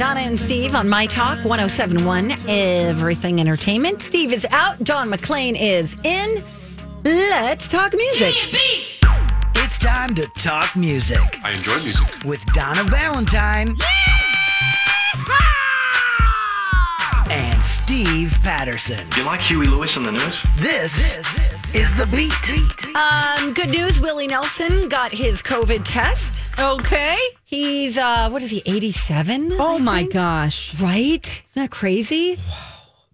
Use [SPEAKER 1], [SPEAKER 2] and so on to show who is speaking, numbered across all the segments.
[SPEAKER 1] Donna and Steve on My Talk 1071, Everything Entertainment. Steve is out, Don McLean is in. Let's talk music.
[SPEAKER 2] It's time to talk music
[SPEAKER 3] I enjoy music.
[SPEAKER 2] with Donna Valentine and Steve Patterson.
[SPEAKER 4] You like Huey Lewis on the news?
[SPEAKER 2] This, is the beat.
[SPEAKER 1] Um, good news Willie Nelson got his COVID test.
[SPEAKER 5] Okay.
[SPEAKER 1] He's, uh, what is he, 87?
[SPEAKER 5] Oh my gosh.
[SPEAKER 1] Right? Isn't that crazy?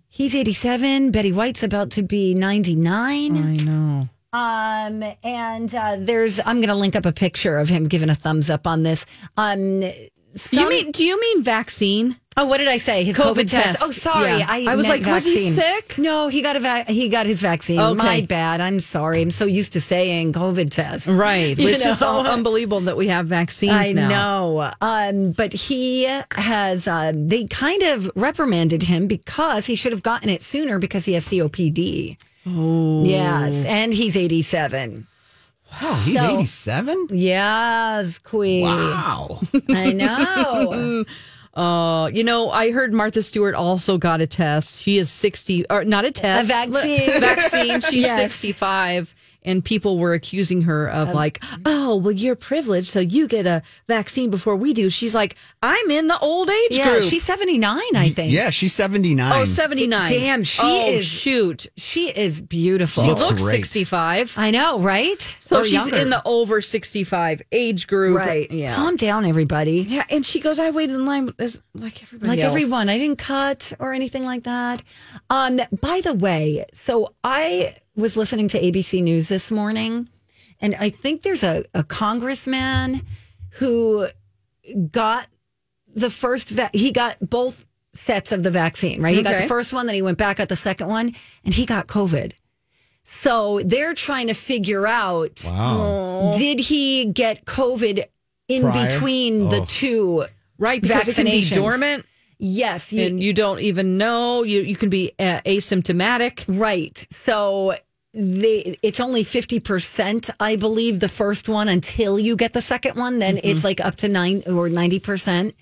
[SPEAKER 1] He's 87. Betty White's about to be 99.
[SPEAKER 5] I know.
[SPEAKER 1] Um, and uh, there's, I'm going to link up a picture of him giving a thumbs up on this. Um,
[SPEAKER 5] you mean do you mean vaccine?
[SPEAKER 1] Oh, what did I say? His COVID,
[SPEAKER 5] COVID
[SPEAKER 1] test.
[SPEAKER 5] test.
[SPEAKER 1] Oh, sorry.
[SPEAKER 5] Yeah.
[SPEAKER 1] I,
[SPEAKER 5] I was
[SPEAKER 1] meant
[SPEAKER 5] like, was he
[SPEAKER 1] vaccine.
[SPEAKER 5] sick?
[SPEAKER 1] No, he got a va- he got his vaccine.
[SPEAKER 5] Okay.
[SPEAKER 1] My bad. I'm sorry. I'm so used to saying COVID test.
[SPEAKER 5] Right.
[SPEAKER 1] You
[SPEAKER 5] It's just
[SPEAKER 1] know?
[SPEAKER 5] all unbelievable that we have vaccines
[SPEAKER 1] I
[SPEAKER 5] now.
[SPEAKER 1] know. Um, but he has, uh, they kind of reprimanded him because he should have gotten it sooner because he has COPD. Oh. Yes. And he's 87.
[SPEAKER 6] Oh, he's 87?
[SPEAKER 1] Yes, Queen.
[SPEAKER 6] Wow.
[SPEAKER 1] I know.
[SPEAKER 5] Uh, you know, I heard Martha Stewart also got a test. She is 60 or not a test.
[SPEAKER 1] vaccine.
[SPEAKER 5] vaccine. She's
[SPEAKER 1] Yes.
[SPEAKER 5] 65 and people were accusing her of like, "Oh, well you're privileged so you get a vaccine before we do." She's like, "I'm in the old age
[SPEAKER 1] yeah.
[SPEAKER 5] group."
[SPEAKER 1] She's 79, I think.
[SPEAKER 6] Yeah, she's 79.
[SPEAKER 5] Oh, 79.
[SPEAKER 1] Damn, she
[SPEAKER 5] Oh,
[SPEAKER 1] is-
[SPEAKER 5] shoot.
[SPEAKER 1] She is beautiful.
[SPEAKER 6] She
[SPEAKER 5] She looks
[SPEAKER 6] great.
[SPEAKER 5] 65.
[SPEAKER 1] I know, right?
[SPEAKER 5] So
[SPEAKER 1] Or
[SPEAKER 5] she's
[SPEAKER 1] younger.
[SPEAKER 5] in the over 65 age group.
[SPEAKER 1] right.
[SPEAKER 5] Yeah.
[SPEAKER 1] Calm down, everybody.
[SPEAKER 5] yeah. And she goes, I waited in line as, like everybody
[SPEAKER 1] Like
[SPEAKER 5] else."
[SPEAKER 1] everyone, I didn't cut or anything like that. Um, by the way, so I was listening to ABC News this morning, and I think there's a, a congressman who got the first va- he got both sets of the vaccine, right? He got
[SPEAKER 5] Okay.
[SPEAKER 1] the first one, then he went back got the second one, and he got COVID. So they're trying to figure out Oh,
[SPEAKER 6] Wow.
[SPEAKER 1] did he get COVID in
[SPEAKER 6] Prior?
[SPEAKER 1] between the
[SPEAKER 6] Oh.
[SPEAKER 1] two?
[SPEAKER 5] Right. Because it can be
[SPEAKER 1] Vaccinations.
[SPEAKER 5] dormant
[SPEAKER 1] Yes, you-
[SPEAKER 5] and you don't even know. You, you can be uh, asymptomatic.
[SPEAKER 1] right. So they, it's only 50%, I believe, the first one until you get the second one. Then
[SPEAKER 5] Mm-hmm.
[SPEAKER 1] it's like up to nine or 90%.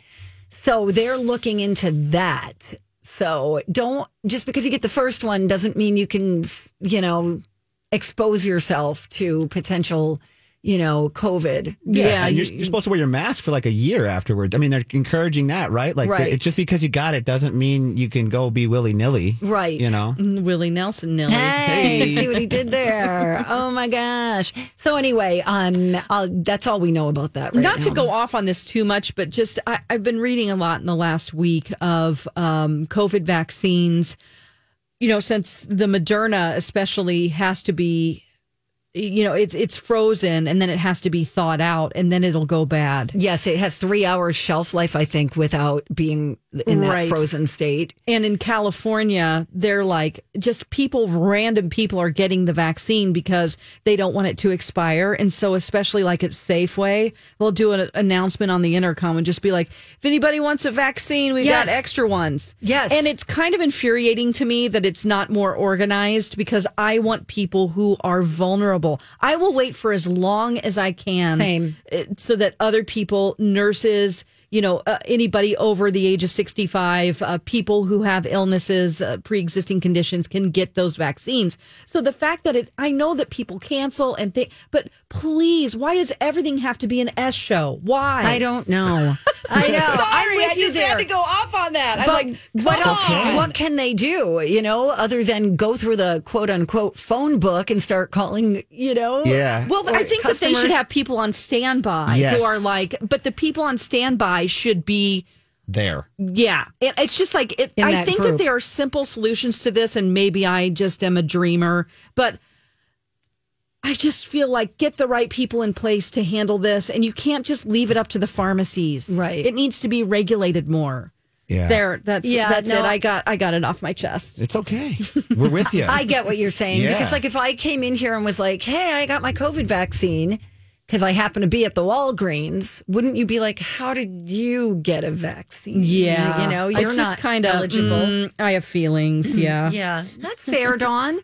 [SPEAKER 1] So they're looking into that. So don't just because you get the first one doesn't mean you can, you know, expose yourself to potential, you know, COVID.
[SPEAKER 6] Yeah,
[SPEAKER 5] Yeah,
[SPEAKER 6] and you're,
[SPEAKER 5] you-
[SPEAKER 6] you're supposed to wear your mask for like a year afterwards. I mean, they're encouraging that, right? Like,
[SPEAKER 1] Right.
[SPEAKER 6] it's just because you got it doesn't mean you can go be willy nilly.
[SPEAKER 1] Right.
[SPEAKER 6] You know?
[SPEAKER 5] mm, Willie Nelson, Nilly.
[SPEAKER 1] Hey, see what he did there. Oh my gosh. So anyway, um, I'll, that's all we know about that. Right
[SPEAKER 5] Not to
[SPEAKER 1] now.
[SPEAKER 5] go off on this too much, but just I, I've been reading a lot in the last week of um, COVID vaccines. You know, since the Moderna especially has to be, you know, it's it's frozen and then it has to be thawed out and then it'll go bad.
[SPEAKER 1] Yes, it has three hours shelf life, I think, without being in that
[SPEAKER 5] Right.
[SPEAKER 1] frozen state.
[SPEAKER 5] And in California, they're like just people, random people are getting the vaccine because they don't want it to expire. And so, especially like at Safeway, they'll do an announcement on the intercom and just be like, if anybody wants a vaccine, we
[SPEAKER 1] Yes.
[SPEAKER 5] got extra ones.
[SPEAKER 1] Yes.
[SPEAKER 5] And it's kind of infuriating to me that it's not more organized because I want people who are vulnerable. I will wait for as long as I can
[SPEAKER 1] Same.
[SPEAKER 5] eh, uh, so that other people, nurses, you know, uh, anybody over the age of 65, uh, people who have illnesses, uh, pre existing conditions can get those vaccines. So the fact that it, I know that people cancel and think, but please, why does everything have to be an S show? Why?
[SPEAKER 1] I don't know. I know. I'm with you there.
[SPEAKER 5] off on that.
[SPEAKER 1] but what else? What can they do? You know, other than go through the quote unquote phone book and start calling. You know.
[SPEAKER 2] Yeah.
[SPEAKER 5] Well, I
[SPEAKER 1] Or
[SPEAKER 5] think that they should
[SPEAKER 1] customers.
[SPEAKER 5] have people on standby
[SPEAKER 2] Yes.
[SPEAKER 5] who are like, but the people on standby should be,
[SPEAKER 6] there.
[SPEAKER 5] yeah. It, it's just like it,
[SPEAKER 1] In
[SPEAKER 5] I
[SPEAKER 1] that
[SPEAKER 5] think
[SPEAKER 1] group.
[SPEAKER 5] that there are simple solutions to this, and maybe I just am a dreamer, but I just feel like get the right people in place to handle this, and you can't just leave it up to the pharmacies.
[SPEAKER 1] Right.
[SPEAKER 5] it needs to be regulated more.
[SPEAKER 6] Yeah.
[SPEAKER 5] There, that's
[SPEAKER 1] Yeah,
[SPEAKER 5] that's
[SPEAKER 1] no.
[SPEAKER 5] it. I got I got it off my chest.
[SPEAKER 6] It's okay. We're with you.
[SPEAKER 1] I get what you're saying
[SPEAKER 6] Yeah.
[SPEAKER 1] because, like, if I came in here and was like, "Hey, I got my COVID vaccine," because I happen to be at the Walgreens, wouldn't you be like, "How did you get a vaccine?" you know, you're
[SPEAKER 5] it's
[SPEAKER 1] not
[SPEAKER 5] just mm. kind of
[SPEAKER 1] eligible. Mm-hmm.
[SPEAKER 5] I have feelings. Yeah.
[SPEAKER 1] Yeah, that's fair, Dawn.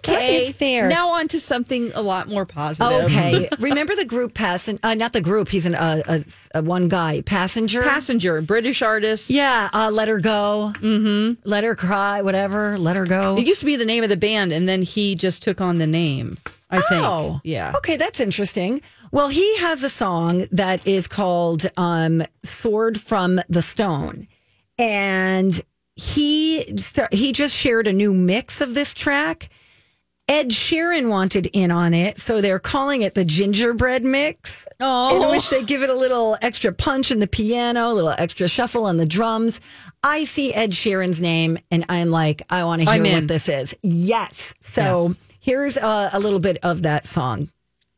[SPEAKER 5] Okay.
[SPEAKER 3] That is fair.
[SPEAKER 5] Now on to something a lot more positive.
[SPEAKER 1] Okay, remember the group passen Uh, not the group. He's an uh, a, a one guy passenger.
[SPEAKER 5] Passenger, British artist.
[SPEAKER 1] yeah, uh, let her go. Mm-hmm. Let her cry. Whatever. Let her go.
[SPEAKER 5] It used to be the name of the band, and then he just took on the name. I
[SPEAKER 1] Oh,
[SPEAKER 5] think. Yeah.
[SPEAKER 1] Okay, that's interesting. Well, he has a song that is called um, "Sword from the Stone," and he st- he just shared a new mix of this track. Ed Sheeran wanted in on it, so they're calling it the gingerbread mix, in which they give it a little extra punch in the piano, a little extra shuffle on the drums. I see Ed Sheeran's name, and I'm like, I want to hear
[SPEAKER 5] I'm
[SPEAKER 1] what
[SPEAKER 5] in.
[SPEAKER 1] this is. Yes. So here's uh, a, a little bit of that song.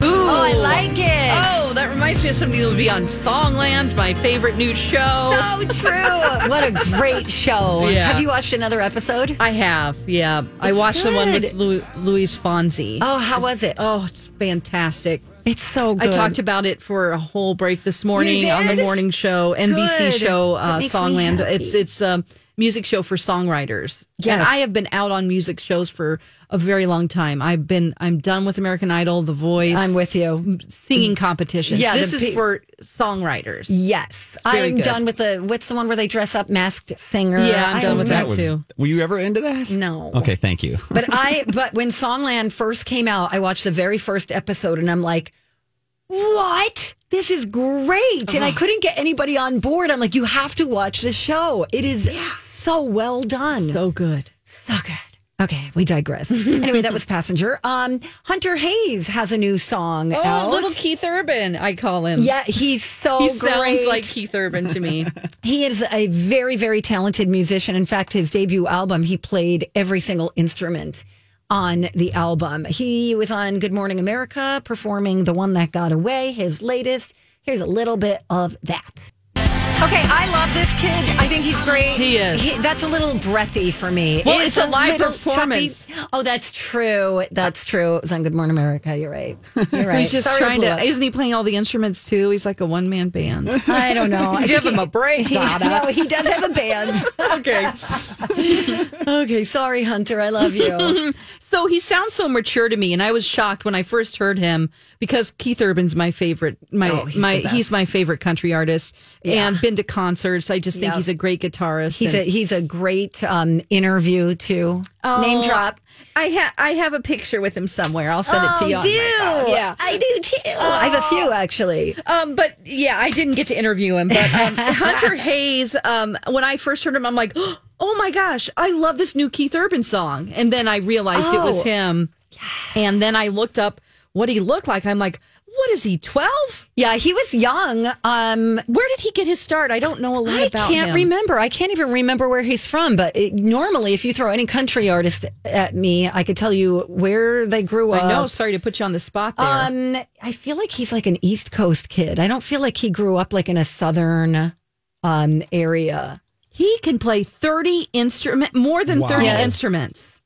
[SPEAKER 1] Oh, I like it.
[SPEAKER 5] Oh, that reminds me of something that will be on Songland, my favorite new show.
[SPEAKER 1] Oh, So true. what a great show.
[SPEAKER 5] Yeah.
[SPEAKER 1] Have you watched another episode?
[SPEAKER 5] I have, yeah. I
[SPEAKER 1] It's
[SPEAKER 5] watched the one with
[SPEAKER 1] good.
[SPEAKER 5] Lu- Luis Fonsi.
[SPEAKER 1] Oh, how was it?
[SPEAKER 5] Oh, it's fantastic.
[SPEAKER 1] It's so good.
[SPEAKER 5] I talked about it for a whole break this morning on the
[SPEAKER 1] did?
[SPEAKER 5] morning show, NBC
[SPEAKER 1] Good.
[SPEAKER 5] show,
[SPEAKER 1] That
[SPEAKER 5] uh,
[SPEAKER 1] makes me
[SPEAKER 5] Songland.
[SPEAKER 1] happy.
[SPEAKER 5] It's it's a music show for songwriters. And
[SPEAKER 1] Yes.
[SPEAKER 5] I have been out on music shows for a very long time. I've been I'm done with American Idol, The Voice.
[SPEAKER 1] I'm with you.
[SPEAKER 5] singing competitions.
[SPEAKER 1] Yeah,
[SPEAKER 5] this
[SPEAKER 1] the
[SPEAKER 5] is
[SPEAKER 1] pe-
[SPEAKER 5] for songwriters.
[SPEAKER 1] Yes. I
[SPEAKER 5] very
[SPEAKER 1] am
[SPEAKER 5] good.
[SPEAKER 1] done with the what's the one where they dress up masked singer?
[SPEAKER 5] Yeah, I'm
[SPEAKER 1] I
[SPEAKER 5] done with
[SPEAKER 1] love-
[SPEAKER 5] that too.
[SPEAKER 6] Were you ever into that?
[SPEAKER 1] No.
[SPEAKER 6] Okay, thank you.
[SPEAKER 1] But I but when Songland first came out, I watched the very first episode and I'm like, "What? This is great."
[SPEAKER 5] Uh-huh.
[SPEAKER 1] And I couldn't get anybody on board. I'm like, "You have to watch this show. It is so well done."
[SPEAKER 5] So good.
[SPEAKER 1] So good. Okay, we digress. anyway, that was Passenger. Um, Hunter Hayes has a new song
[SPEAKER 5] Oh,
[SPEAKER 1] out.
[SPEAKER 5] little Keith Urban, I call him.
[SPEAKER 1] yeah, he's so
[SPEAKER 5] He
[SPEAKER 1] great.
[SPEAKER 5] sounds like Keith Urban to me.
[SPEAKER 1] He is a very, very talented musician. In fact, his debut album, he played every single instrument on the album. He was on Good Morning America performing The One That Got Away, his latest. Here's a little bit of that. Okay, I love this kid. I think he's great.
[SPEAKER 5] He is.
[SPEAKER 1] that's a little breathy for me.
[SPEAKER 5] Well, it's a live
[SPEAKER 1] little
[SPEAKER 5] performance.
[SPEAKER 1] choppy. Oh, that's true. That's true. It was on Good Morning America. You're right. You're right.
[SPEAKER 5] He's just
[SPEAKER 1] Sorry
[SPEAKER 5] trying
[SPEAKER 1] blew
[SPEAKER 5] to.
[SPEAKER 1] up.
[SPEAKER 5] Isn't he playing all the instruments too? He's like a one man band.
[SPEAKER 1] I don't know. I
[SPEAKER 5] Give
[SPEAKER 1] think
[SPEAKER 5] him a break,
[SPEAKER 1] he-
[SPEAKER 5] Donna.
[SPEAKER 1] No, he does have a band.
[SPEAKER 5] okay.
[SPEAKER 1] Okay, sorry, Hunter. I love you.
[SPEAKER 5] So he sounds so mature to me, and I was shocked when I first heard him because Keith Urban's my favorite. My
[SPEAKER 1] Oh, he's
[SPEAKER 5] my
[SPEAKER 1] the best.
[SPEAKER 5] he's my favorite country artist, and been to concerts. I just think
[SPEAKER 1] Yeah.
[SPEAKER 5] he's a great guitarist.
[SPEAKER 1] he's a
[SPEAKER 5] and-
[SPEAKER 1] he's a great um, interview too.
[SPEAKER 5] Oh.
[SPEAKER 1] Name drop.
[SPEAKER 5] I ha- I have a picture with him somewhere. I'll send it to you. on my phone. yeah.
[SPEAKER 1] I do too. Oh, I have a
[SPEAKER 5] Oh.
[SPEAKER 1] few actually.
[SPEAKER 5] Um, but yeah, I didn't get to interview him. But um, Hunter Hayes, um, when I first heard him, I'm like, oh my gosh, I love this new Keith Urban song. And then I realized it was
[SPEAKER 1] Oh.
[SPEAKER 5] him. And then I looked up what he looked like. I'm like, what is he, 12?
[SPEAKER 1] Yeah, he was young. Um,
[SPEAKER 5] Where did he get his start? I don't know a lot
[SPEAKER 1] I
[SPEAKER 5] about
[SPEAKER 1] can't
[SPEAKER 5] him.
[SPEAKER 1] remember. I can't even remember where he's from. But it, normally, if you throw any country artist at me, I could tell you where they grew up.
[SPEAKER 5] Oh, I know. Sorry to put you on the spot there.
[SPEAKER 1] Um, I feel like he's like an East Coast kid. I don't feel like he grew up like in a southern um area.
[SPEAKER 5] he can play 30 instrument, more than 30
[SPEAKER 6] Wow.
[SPEAKER 5] instruments.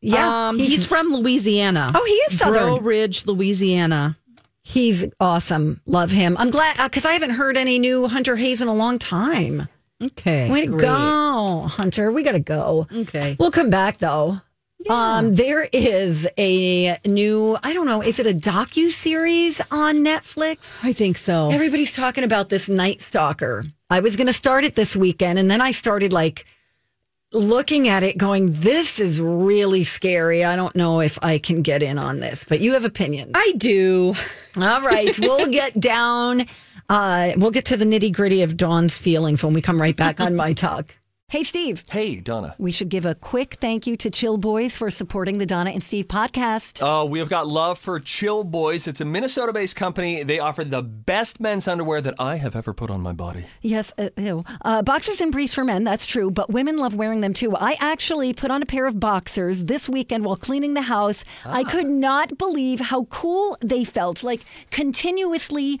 [SPEAKER 1] Yeah,
[SPEAKER 5] um, he's, from Louisiana.
[SPEAKER 1] Oh, he is Southern.
[SPEAKER 5] Bro Ridge, Louisiana.
[SPEAKER 1] He's awesome. Love him. I'm glad because I haven't heard any new Hunter Hayes in a long time.
[SPEAKER 5] Okay.
[SPEAKER 1] Way to
[SPEAKER 5] great.
[SPEAKER 1] go, Hunter. We got to go.
[SPEAKER 5] Okay.
[SPEAKER 1] We'll come back though. Um, there is a new, I don't know, is it a docu series on Netflix?
[SPEAKER 5] I think so.
[SPEAKER 1] Everybody's talking about this Night Stalker. I was going to start it this weekend, and then I started like looking at it, going, "This is really scary." I don't know if I can get in on this, but you have opinions.
[SPEAKER 5] I do.
[SPEAKER 1] All right, we'll get down. Uh, we'll get to the nitty gritty of Dawn's feelings when we come right back on my talk. Hey, Steve.
[SPEAKER 3] Hey, Donna.
[SPEAKER 1] We should give a quick thank you to Chill Boys for supporting the Donna and Steve podcast.
[SPEAKER 3] Oh, we have got love for Chill Boys. It's a Minnesota based company. They offer the best men's underwear that I have ever put on my body.
[SPEAKER 1] Yes, uh, ew. Uh, boxers and briefs for men, that's true, but women love wearing them too. I actually put on a pair of boxers this weekend while cleaning the house. I
[SPEAKER 3] Ah.
[SPEAKER 1] could not believe how cool they felt, like continuously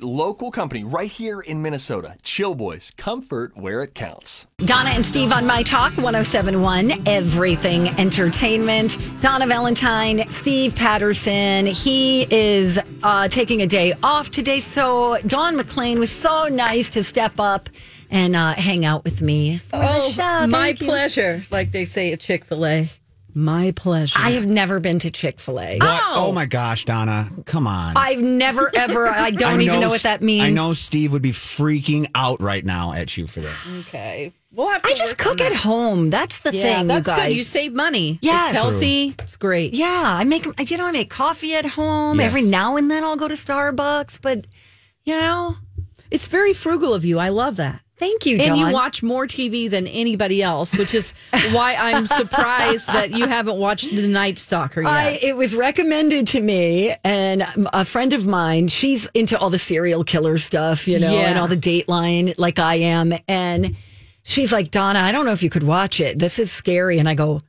[SPEAKER 3] local company right here in Minnesota. Chill Boys, comfort where it counts.
[SPEAKER 1] Donna and Steve on My Talk 1071, Everything Entertainment. Donna Valentine, Steve Patterson. He is uh, taking a day off today. So Dawn McLean was so nice to step up and uh, hang out with me. for the show.
[SPEAKER 5] Oh, my
[SPEAKER 1] Thank you.
[SPEAKER 5] pleasure. Like they say at Chick fil A. My pleasure.
[SPEAKER 1] I have never been to Chick fil A.
[SPEAKER 6] What? Oh my gosh, Donna. Come on.
[SPEAKER 1] I've never ever. I don't
[SPEAKER 6] I
[SPEAKER 1] even know what
[SPEAKER 6] S-
[SPEAKER 1] that means.
[SPEAKER 6] I know Steve would be freaking out right now at you for this.
[SPEAKER 5] okay. We'll have to
[SPEAKER 1] I just
[SPEAKER 5] work on
[SPEAKER 1] cook at
[SPEAKER 5] that.
[SPEAKER 1] home. That's the
[SPEAKER 5] Yeah,
[SPEAKER 1] thing,
[SPEAKER 5] that's
[SPEAKER 1] you guys.
[SPEAKER 5] good. You save money.
[SPEAKER 1] Yes.
[SPEAKER 5] It's healthy. It's great.
[SPEAKER 1] yeah, I make. I- You know, I make coffee at home
[SPEAKER 6] Yes.
[SPEAKER 1] every now and then. I'll go to Starbucks, but you know,
[SPEAKER 5] It's very frugal of you. I love that.
[SPEAKER 1] thank you,
[SPEAKER 5] And you
[SPEAKER 1] Dawn.
[SPEAKER 5] watch more TV than anybody else, which is why I'm surprised that you haven't watched The Night Stalker yet.
[SPEAKER 1] I, it was recommended to me, and a friend of mine, she's into all the serial killer stuff, you know,
[SPEAKER 5] Yeah.
[SPEAKER 1] and all the Dateline, like I am. And she's like, Donna, I don't know if you could watch it. This is scary. And I go,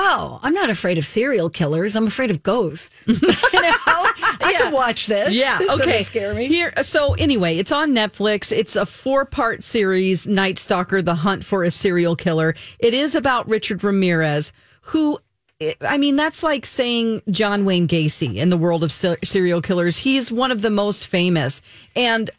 [SPEAKER 1] Oh, I'm not afraid of serial killers. I'm afraid of ghosts. you know, I could watch this.
[SPEAKER 5] Yeah.
[SPEAKER 1] This doesn't
[SPEAKER 5] okay.
[SPEAKER 1] scare me.
[SPEAKER 5] Here. So anyway, it's on Netflix. It's a four-part series: Night Stalker: The Hunt for a Serial Killer. It is about Richard Ramirez, who. I mean, that's like saying John Wayne Gacy in the world of ser- serial killers. He is one of the most famous, and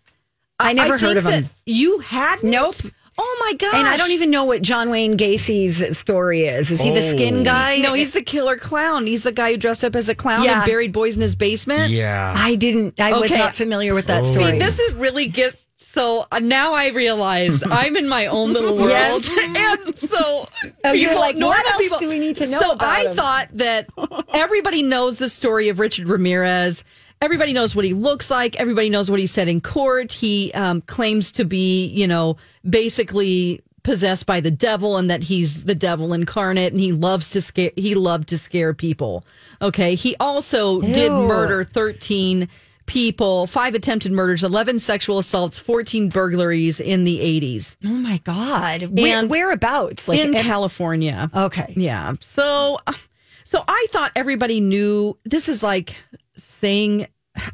[SPEAKER 1] I never
[SPEAKER 5] think
[SPEAKER 1] heard of
[SPEAKER 5] that
[SPEAKER 1] him.
[SPEAKER 5] You hadn't?
[SPEAKER 1] Nope.
[SPEAKER 5] Oh my gosh!
[SPEAKER 1] And I don't even know what John Wayne Gacy's story is. Is he the skin guy?
[SPEAKER 5] No, he's the killer clown. He's the guy who dressed up as a clown
[SPEAKER 1] Yeah.
[SPEAKER 5] and buried boys in his basement.
[SPEAKER 6] Yeah.
[SPEAKER 1] I didn't. I was
[SPEAKER 5] Okay.
[SPEAKER 1] not familiar with that
[SPEAKER 5] I
[SPEAKER 1] story.
[SPEAKER 5] mean, this is really gets so uh, now I realize I'm in my own little world, and so
[SPEAKER 1] Oh, you're like,
[SPEAKER 5] normal
[SPEAKER 1] what else do we need to know
[SPEAKER 5] So
[SPEAKER 1] about
[SPEAKER 5] I
[SPEAKER 1] him?
[SPEAKER 5] thought that everybody knows the story of Richard Ramirez. Everybody knows what he looks like. Everybody knows what he said in court. He um, claims to be, you know, basically possessed by the devil, and that he's the devil incarnate, and he loves to scare. He loved to scare people. Okay, he also did
[SPEAKER 1] Ew.
[SPEAKER 5] murder murder 13 people, five attempted murders, 11 sexual assaults, 14 burglaries in the 80s
[SPEAKER 1] oh my god! Where,
[SPEAKER 5] And-
[SPEAKER 1] whereabouts? Like
[SPEAKER 5] in
[SPEAKER 1] and-
[SPEAKER 5] California.
[SPEAKER 1] Okay.
[SPEAKER 5] Yeah. So, so I thought everybody knew this is like saying,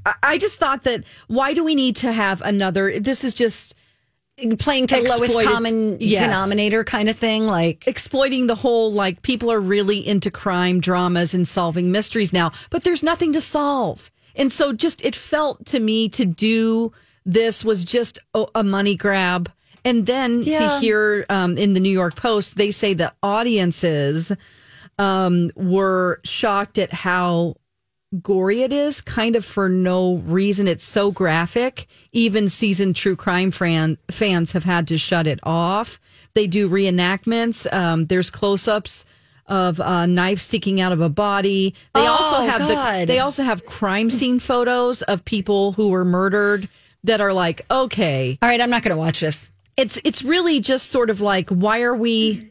[SPEAKER 5] I- I just thought that why do we need to have another? This is just
[SPEAKER 1] playing to lowest
[SPEAKER 5] Exploited-
[SPEAKER 1] common
[SPEAKER 5] yes.
[SPEAKER 1] denominator kind of thing. Like,
[SPEAKER 5] exploiting the whole like people are really into crime dramas and solving mysteries now, but there's nothing to solve. And so just it felt to me to do this was just a, a money grab. And then to
[SPEAKER 1] Yeah.
[SPEAKER 5] hear um, in the New York Post, they say the audiences um, were shocked at how gory it is, kind of for no reason. It's so graphic. Even seasoned true crime fan, fans have had to shut it off. They do reenactments. Um, there's close ups of uh, knives sticking out of a body. They also
[SPEAKER 1] Oh,
[SPEAKER 5] have the
[SPEAKER 1] God.
[SPEAKER 5] they also have crime scene photos of people who were murdered that are like okay
[SPEAKER 1] all right, I'm not going to watch this.
[SPEAKER 5] it's it's really just sort of like why are we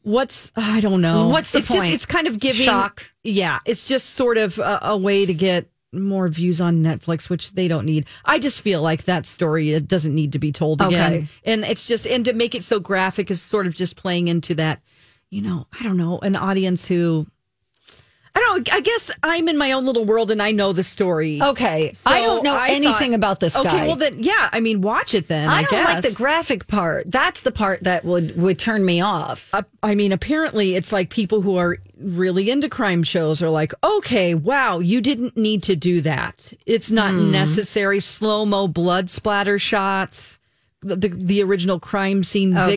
[SPEAKER 5] what's i don't know
[SPEAKER 1] What's the
[SPEAKER 5] it's
[SPEAKER 1] point?
[SPEAKER 5] just it's kind of giving
[SPEAKER 1] Shock.
[SPEAKER 5] yeah it's just sort of a, a way to get more views on netflix which they don't need i just feel like that story it doesn't need to be told again
[SPEAKER 1] Okay.
[SPEAKER 5] and it's just and to make it so graphic is sort of just playing into that you know, I don't know, an audience who. I don't. I guess I'm in my own little world, and I know the story.
[SPEAKER 1] Okay,
[SPEAKER 5] So
[SPEAKER 1] I don't know
[SPEAKER 5] I
[SPEAKER 1] anything
[SPEAKER 5] thought-
[SPEAKER 1] about this guy.
[SPEAKER 5] Okay, well then, yeah. I mean, watch it then.
[SPEAKER 1] I,
[SPEAKER 5] I,
[SPEAKER 1] don't
[SPEAKER 5] guess.
[SPEAKER 1] like the graphic part. That's the part that would would turn me off.
[SPEAKER 5] Uh, I mean, apparently, it's like people who are really into crime shows are like, okay, wow, you didn't need to do that. It's not
[SPEAKER 1] Hmm.
[SPEAKER 5] necessary. Slow mo blood splatter shots. The, the the original crime scene.
[SPEAKER 1] Oh.
[SPEAKER 5] vic-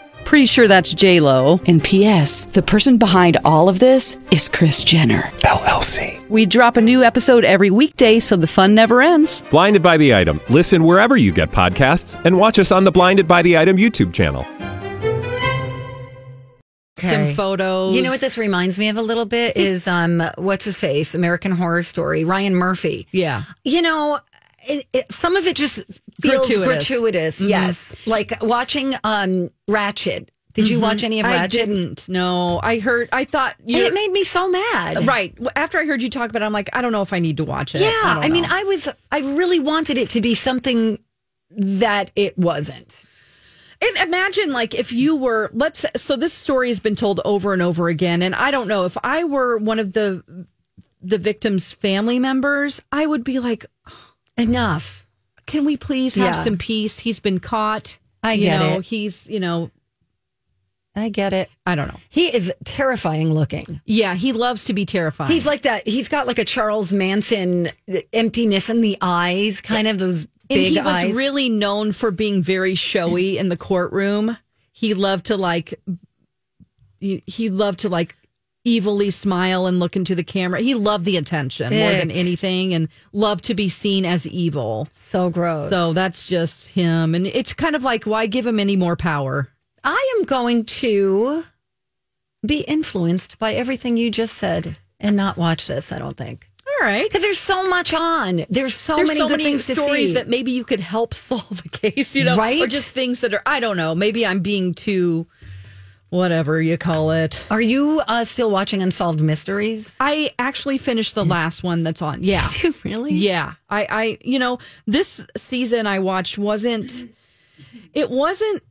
[SPEAKER 5] Pretty sure that's J Lo.
[SPEAKER 7] And P.S. The person behind all of this is Chris Jenner.
[SPEAKER 8] LLC.
[SPEAKER 5] We drop a new episode every weekday, so the fun never ends.
[SPEAKER 8] Blinded by the Item. Listen wherever you get podcasts and watch us on the Blinded by the Item YouTube channel.
[SPEAKER 5] Some photos.
[SPEAKER 1] You know what this reminds me of a little bit is um what's his face American Horror Story Ryan Murphy.
[SPEAKER 5] Yeah.
[SPEAKER 1] You know, it, it, some of it just feels gratuitous.
[SPEAKER 5] Gratuitous. Mm-hmm.
[SPEAKER 1] Yes, like watching um Ratchet. Did you watch any of Ratchet?
[SPEAKER 5] Mm-hmm. I didn't. No, I heard. I thought you.
[SPEAKER 1] It made me so mad.
[SPEAKER 5] Right. Well, After I heard you talk about it, I'm like, I don't know if I need to watch it.
[SPEAKER 1] Yeah,
[SPEAKER 5] don't
[SPEAKER 1] I, mean,
[SPEAKER 5] know.
[SPEAKER 1] I was, I really wanted it to be something that it wasn't.
[SPEAKER 5] and imagine like if you were, let's, so this story has been told over and over again. And I don't know if I were one of the, the victim's family members, I would be like,
[SPEAKER 1] Enough.
[SPEAKER 5] can we please have
[SPEAKER 1] Yeah.
[SPEAKER 5] some peace? He's been caught.
[SPEAKER 1] I
[SPEAKER 5] you
[SPEAKER 1] get
[SPEAKER 5] know,
[SPEAKER 1] it.
[SPEAKER 5] He's, you know,
[SPEAKER 1] I get it.
[SPEAKER 5] I don't know.
[SPEAKER 1] He is terrifying looking.
[SPEAKER 5] Yeah. He loves to be terrified.
[SPEAKER 1] He's like that. He's got like a Charles Manson emptiness in the eyes, kind of those
[SPEAKER 5] and
[SPEAKER 1] big
[SPEAKER 5] he was
[SPEAKER 1] eyes. Mm-hmm.
[SPEAKER 5] really known for being very showy in the courtroom. He loved to like he he loved to like evilly smile and look into the camera. He loved the attention more than
[SPEAKER 1] Ick.
[SPEAKER 5] anything and loved to be seen as evil.
[SPEAKER 1] so gross.
[SPEAKER 5] So that's just him and it's kind of like why give him any more power?
[SPEAKER 1] I am going to be influenced by everything you just said and not watch this. I don't think
[SPEAKER 5] All right.
[SPEAKER 1] because there's so much on. There's so
[SPEAKER 5] There's
[SPEAKER 1] many
[SPEAKER 5] so
[SPEAKER 1] good
[SPEAKER 5] many
[SPEAKER 1] things
[SPEAKER 5] stories
[SPEAKER 1] to see.
[SPEAKER 5] that maybe you could help solve a case, you know, or
[SPEAKER 1] Right?
[SPEAKER 5] just things that are I don't know, maybe I'm being too whatever you call it.
[SPEAKER 1] Are you uh, still watching Unsolved Mysteries?
[SPEAKER 5] I actually finished the last one that's on. Yeah.
[SPEAKER 1] Mm. really?
[SPEAKER 5] Yeah. I, I, you know, this season I watched wasn't, it wasn't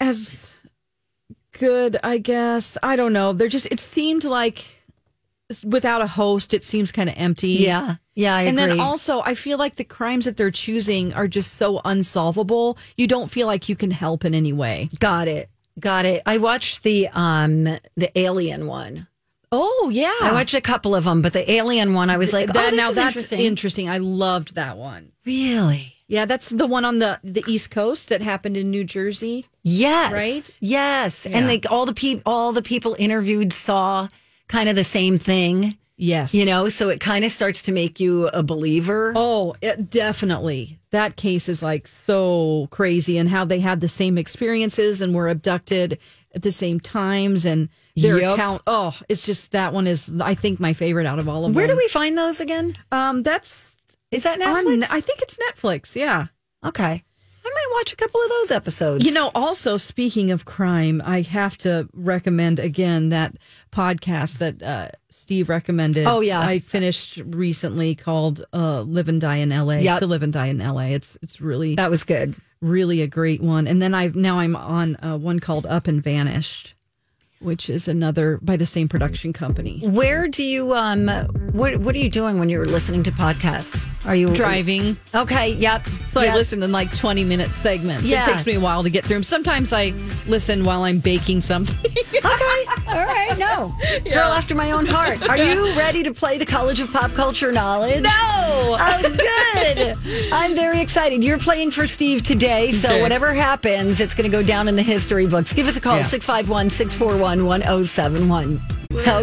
[SPEAKER 5] as good, I guess. I don't know. They're just, it seemed like without a host, it seems kind of empty.
[SPEAKER 1] Yeah. Yeah. I
[SPEAKER 5] And
[SPEAKER 1] agree.
[SPEAKER 5] then also, I feel like the crimes that they're choosing are just so unsolvable. You don't feel like you can help in any way.
[SPEAKER 1] got it. Got it. I watched the um the Alien one.
[SPEAKER 5] Oh, yeah.
[SPEAKER 1] I watched a couple of them, but the Alien one, I was like,
[SPEAKER 5] that,
[SPEAKER 1] oh, this
[SPEAKER 5] now
[SPEAKER 1] is
[SPEAKER 5] that's
[SPEAKER 1] interesting.
[SPEAKER 5] interesting. I loved that one.
[SPEAKER 1] really?
[SPEAKER 5] Yeah, that's the one on the the East Coast that happened in New Jersey.
[SPEAKER 1] Yes.
[SPEAKER 5] Right?
[SPEAKER 1] Yes. And like all the people, all the people interviewed saw kind of the same thing,
[SPEAKER 5] Yes,
[SPEAKER 1] you know. So it kind of starts to make you a believer.
[SPEAKER 5] Oh, it, definitely. That case is like so crazy, and how they had the same experiences and were abducted at the same times, and their
[SPEAKER 1] Yep.
[SPEAKER 5] account. Oh, it's just that one is I think my favorite out of all of
[SPEAKER 1] Where do
[SPEAKER 5] them.
[SPEAKER 1] we find those again?
[SPEAKER 5] we? Um, that's
[SPEAKER 1] Is that
[SPEAKER 5] it's on-
[SPEAKER 1] Netflix?
[SPEAKER 5] I think it's Netflix. Yeah.
[SPEAKER 1] Okay. I might watch a couple of those episodes.
[SPEAKER 5] You know, also speaking of crime, I have to recommend again that podcast that uh, Steve recommended.
[SPEAKER 1] Oh, yeah.
[SPEAKER 5] I finished recently called uh, "Live and Die in L.A."
[SPEAKER 1] Yep.
[SPEAKER 5] To live and die in L.A. It's it's really
[SPEAKER 1] that was good.
[SPEAKER 5] really a great one. And then I've now I'm on uh, one called Up and Vanished, which is another by the same production company.
[SPEAKER 1] Where do you um what what are you doing when you're listening to podcasts? Are you
[SPEAKER 5] Driving.
[SPEAKER 1] Okay, yep.
[SPEAKER 5] So
[SPEAKER 1] yep.
[SPEAKER 5] I listen in like 20 minute segments.
[SPEAKER 1] Yeah.
[SPEAKER 5] It takes me a while to get through them. Sometimes I listen while I'm baking something.
[SPEAKER 1] Okay. All right, no. Girl after my own heart. Are you ready to play the College of Pop Culture Knowledge? No. Oh, good. I'm very excited. You're playing for Steve today, so whatever happens, it's going to go down in the history books. Give us a call, 651 641 1071.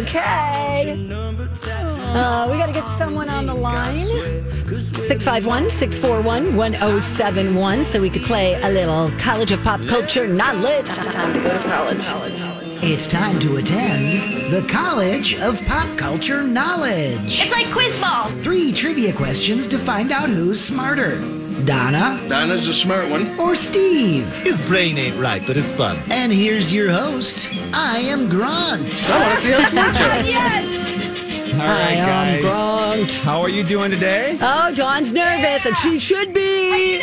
[SPEAKER 1] Okay. Uh, we got to get someone on the line. 651 641 1071 so we could play a little College of Pop Culture Knowledge.
[SPEAKER 2] It's time to attend the College of Pop Culture Knowledge. It's like quiz ball. Three trivia questions to find out who's smarter. Donna
[SPEAKER 9] Dinah's a smart one.
[SPEAKER 2] or Steve?
[SPEAKER 9] His brain ain't right, but it's fun.
[SPEAKER 2] And here's your host. I am Grant.
[SPEAKER 1] yes.
[SPEAKER 9] All right,
[SPEAKER 1] I
[SPEAKER 9] guys.
[SPEAKER 1] am Grunt.
[SPEAKER 9] How are you doing today?
[SPEAKER 1] Oh, Dawn's nervous, and she should be.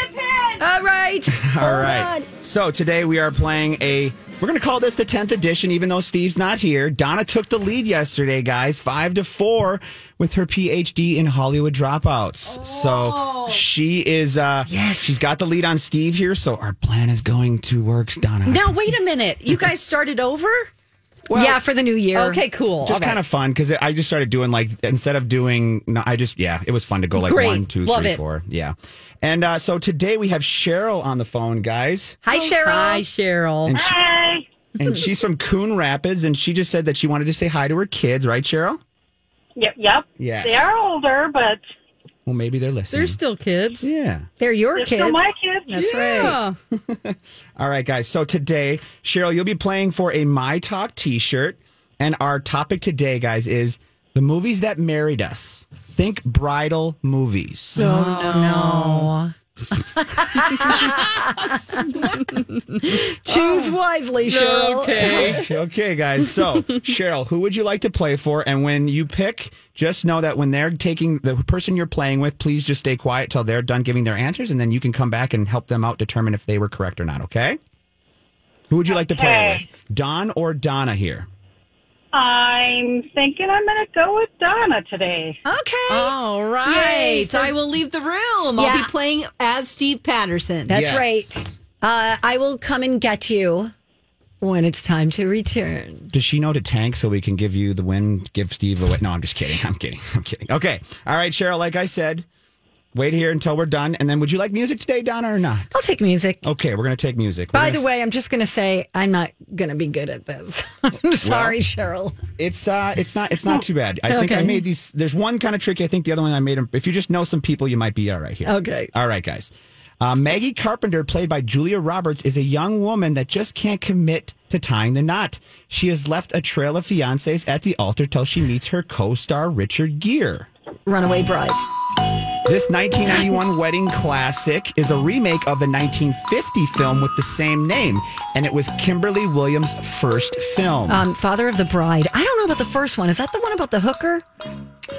[SPEAKER 1] All right.
[SPEAKER 5] Oh,
[SPEAKER 9] All right.
[SPEAKER 6] So today we are playing a. We're going to call this the 10th edition, even though Steve's not here. Donna took the lead yesterday, guys, five to four, with her PhD in Hollywood dropouts.
[SPEAKER 5] Oh.
[SPEAKER 6] So she is. uh
[SPEAKER 1] Yes.
[SPEAKER 6] She's got the lead on Steve here. So our plan is going to work, Donna.
[SPEAKER 5] Now wait a minute. You guys started over?
[SPEAKER 6] Well,
[SPEAKER 1] yeah, for the new year.
[SPEAKER 5] Okay, cool.
[SPEAKER 6] Just
[SPEAKER 5] All right.
[SPEAKER 6] kind of fun because I just started doing like instead of doing no, I just yeah it was fun to go like
[SPEAKER 5] Great.
[SPEAKER 6] one two three four
[SPEAKER 5] Love it.
[SPEAKER 6] yeah and uh, so today we have Cheryl on the phone guys
[SPEAKER 1] Hi, Cheryl.
[SPEAKER 5] Hi, Cheryl.
[SPEAKER 6] and she- and she's from Coon Rapids and she just said that she wanted to say hi to her kids right Cheryl
[SPEAKER 10] Yep, yep.
[SPEAKER 6] Yes.
[SPEAKER 10] They are older, but
[SPEAKER 6] well maybe they're listening
[SPEAKER 5] They're still kids.
[SPEAKER 6] yeah
[SPEAKER 1] They're your
[SPEAKER 10] they're
[SPEAKER 1] kids.
[SPEAKER 10] still my kids.
[SPEAKER 1] That's right.
[SPEAKER 5] Yeah.
[SPEAKER 6] all right guys so today Cheryl you'll be playing for a My Talk T-shirt and our topic today guys is the movies that married us think bridal movies.
[SPEAKER 5] Oh,
[SPEAKER 1] Choose wisely, Cheryl.
[SPEAKER 5] Okay.
[SPEAKER 6] Okay, guys. So, Cheryl, who would you like to play for? And when you pick, just know that when they're taking the person you're playing with, please just stay quiet till they're done giving their answers, and then you can come back and help them out determine if they were correct or not. Okay? Who would you like to play
[SPEAKER 10] Okay.
[SPEAKER 6] with, Don or Donna? Here,
[SPEAKER 10] I'm thinking I'm going to go with Donna today.
[SPEAKER 1] Okay.
[SPEAKER 5] All right. I will leave the room. I'll
[SPEAKER 1] Yeah.
[SPEAKER 5] be playing as Steve Patterson.
[SPEAKER 1] That's
[SPEAKER 6] Yes.
[SPEAKER 1] right. Uh, I will come and get you when it's time to return.
[SPEAKER 6] does she know to tank so we can give you the win? Give Steve away? No, I'm just kidding. I'm kidding. I'm kidding. Okay. All right, Cheryl. Like I said, wait here until we're done, and then would you like music today, Donna, or not?
[SPEAKER 1] I'll take music.
[SPEAKER 6] Okay, we're gonna take music. We're
[SPEAKER 1] By
[SPEAKER 6] gonna-
[SPEAKER 1] the way, I'm just going to say I'm not going to be good at this. I'm sorry, Cheryl.
[SPEAKER 6] It's uh, it's not it's not too bad. I think I
[SPEAKER 1] Oh, Okay.
[SPEAKER 6] made these. There's one kind of tricky. I think the other one I made. 'em- If you just know some people, you might be all right here.
[SPEAKER 1] Okay.
[SPEAKER 6] All right, guys. Uh, Maggie Carpenter, played by Julia Roberts, is a young woman that just can't commit to tying the knot. She has left a trail of fiancés at the altar till she meets her co-star Richard Gere.
[SPEAKER 1] Runaway bride.
[SPEAKER 6] This 1991 wedding classic is a remake of the 1950 film with the same name, and it was Kimberly Williams' first film.
[SPEAKER 1] Um, Father of the Bride. I don't know about the first one. Is that the one about the hooker?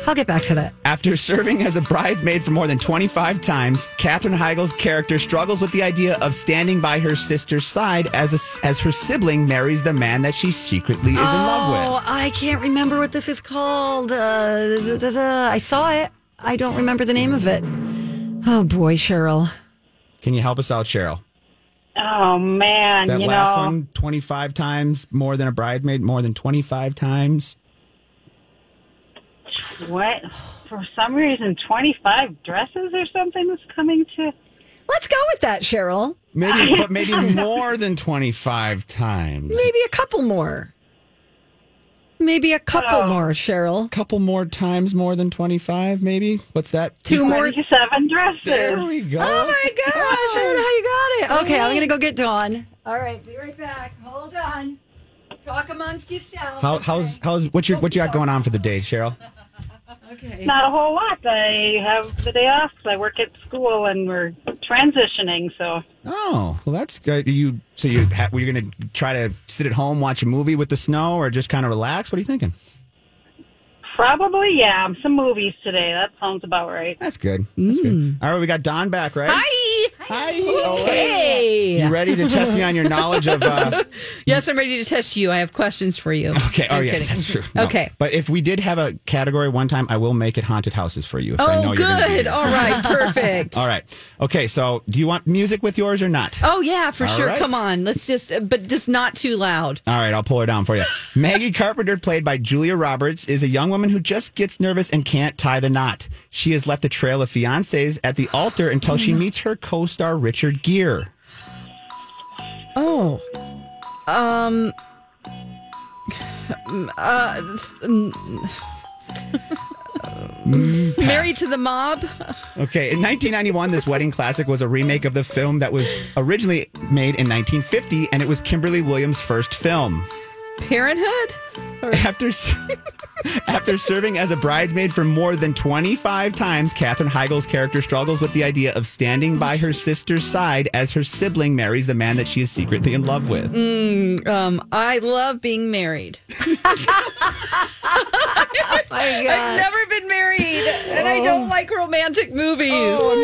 [SPEAKER 1] I'll get back to that.
[SPEAKER 6] After serving as a bridesmaid for more than 25 times, Katherine Heigl's character struggles with the idea of standing by her sister's side as a, as her sibling marries the man that she secretly is in love
[SPEAKER 1] Oh, I can't remember what this is called. Uh, da, da, da. I saw it. I don't remember the name of it. Oh boy, Cheryl.
[SPEAKER 6] with. Can you help us out, Cheryl?
[SPEAKER 10] Oh, man.
[SPEAKER 6] That
[SPEAKER 10] you
[SPEAKER 6] last
[SPEAKER 10] know,
[SPEAKER 6] one, 25 times more than a bridesmaid, more than 25 times.
[SPEAKER 10] what? For some reason, 25 dresses or something was coming to.
[SPEAKER 1] Let's go with that, Cheryl.
[SPEAKER 6] Maybe, but maybe more than 25 times.
[SPEAKER 1] Maybe a couple more. Maybe a couple more, Cheryl.
[SPEAKER 6] A couple more times more than 25, maybe? What's that?
[SPEAKER 1] Two more.
[SPEAKER 10] 27 dresses.
[SPEAKER 6] There we go.
[SPEAKER 1] Oh my gosh! I don't know how you got it. Okay, I'm gonna go get Dawn. All right, be right back. Hold on. Talk amongst yourselves.
[SPEAKER 6] How, how's, how's, what you, what you got going on for the day, Cheryl?
[SPEAKER 1] Okay.
[SPEAKER 10] Not a whole lot. I have the day off 'cause I work at school and we're transitioning, so.
[SPEAKER 6] Oh, well, that's good. You so you ha- were you going to try to sit at home watch a movie with the snow, or just kind of relax? What are you thinking?
[SPEAKER 10] Probably, yeah. Some movies today. That sounds about right.
[SPEAKER 5] Mm.
[SPEAKER 6] That's good. That's good. All right, we got Don back, right?
[SPEAKER 5] Hi.
[SPEAKER 6] Hi. Oh,
[SPEAKER 5] Hey.
[SPEAKER 6] You ready to test me on your knowledge of? Uh,
[SPEAKER 5] yes, I'm ready to test you. I have questions for you.
[SPEAKER 6] okay. Oh
[SPEAKER 5] I'm
[SPEAKER 6] yes,
[SPEAKER 5] kidding.
[SPEAKER 6] that's true. No.
[SPEAKER 5] Okay.
[SPEAKER 6] But if we did have a category one time, I will make it haunted houses for you. If I know
[SPEAKER 5] Oh,
[SPEAKER 6] you're gonna be
[SPEAKER 5] good.
[SPEAKER 6] here.
[SPEAKER 5] All right. Perfect.
[SPEAKER 6] All right. Okay. So, do you want music with yours or not?
[SPEAKER 5] Oh yeah, for
[SPEAKER 6] All
[SPEAKER 5] sure.
[SPEAKER 6] right.
[SPEAKER 5] Come on, let's just, but just not too loud.
[SPEAKER 6] All right, I'll pull her down for you. Maggie Carpenter, played by Julia Roberts, is a young woman who just gets nervous and can't tie the knot. She has left a trail of fiancés at the altar until she meets her co-star Richard Gere.
[SPEAKER 5] Oh, um, uh, s- n-
[SPEAKER 6] Mm,
[SPEAKER 5] married to the mob.
[SPEAKER 6] Okay, in 1991, this wedding classic was a remake of the film that was originally made in 1950, and it was Kimberly Williams' first film.
[SPEAKER 5] Parenthood.
[SPEAKER 6] After s- after serving as a bridesmaid for more than 25 times, Katherine Heigl's character struggles with the idea of standing by her sister's side as her sibling marries the man that she is secretly in love with.
[SPEAKER 5] Mm, um, I love being married. I've never been married, and I don't
[SPEAKER 6] Oh.
[SPEAKER 5] like romantic movies.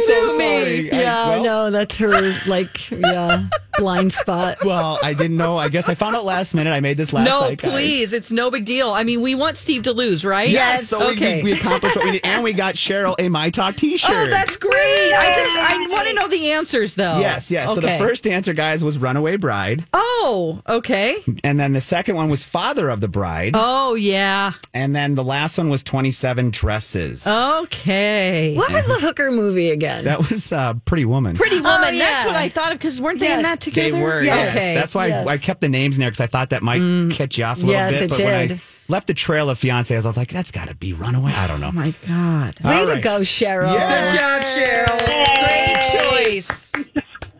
[SPEAKER 5] Sue me.
[SPEAKER 1] Yeah, Oh, no, that's her like yeah blind spot.
[SPEAKER 6] Well, I didn't know. I guess I found out last minute. I made this last
[SPEAKER 5] no,
[SPEAKER 6] night. guys.
[SPEAKER 5] please. It's no big deal. I mean, we want Steve to lose, right?
[SPEAKER 6] Yes. so we-
[SPEAKER 5] okay.
[SPEAKER 6] we, we accomplished what we did, and we got Cheryl a My Talk T-shirt.
[SPEAKER 5] Oh, that's great. I just I want to know the answers though.
[SPEAKER 6] Yes, yes. So the
[SPEAKER 5] Okay.
[SPEAKER 6] first answer, guys, was Runaway Bride.
[SPEAKER 5] Oh, okay.
[SPEAKER 6] And then the second one was Father of the Bride.
[SPEAKER 5] Oh yeah.
[SPEAKER 6] And then the last one was 27 Dresses.
[SPEAKER 5] Oh, Okay.
[SPEAKER 1] What was the hooker movie again?
[SPEAKER 6] That was uh, Pretty Woman.
[SPEAKER 5] Pretty Woman.
[SPEAKER 1] Oh, yeah.
[SPEAKER 5] That's what I thought of because weren't they in that
[SPEAKER 6] They
[SPEAKER 5] together?
[SPEAKER 6] were, yes.
[SPEAKER 5] Okay.
[SPEAKER 6] That's why
[SPEAKER 5] Yes. Mm.
[SPEAKER 6] I, I kept the names in there because I thought that might catch you off a little
[SPEAKER 1] Yes,
[SPEAKER 6] bit.
[SPEAKER 1] it
[SPEAKER 6] but when I
[SPEAKER 1] did.
[SPEAKER 6] left the trail of fiancés, I was like, that's got to be Runaway. I don't know.
[SPEAKER 5] Oh my God.
[SPEAKER 6] All
[SPEAKER 1] Way to
[SPEAKER 6] right.
[SPEAKER 1] go, Cheryl.
[SPEAKER 5] Good job, Cheryl. Great choice.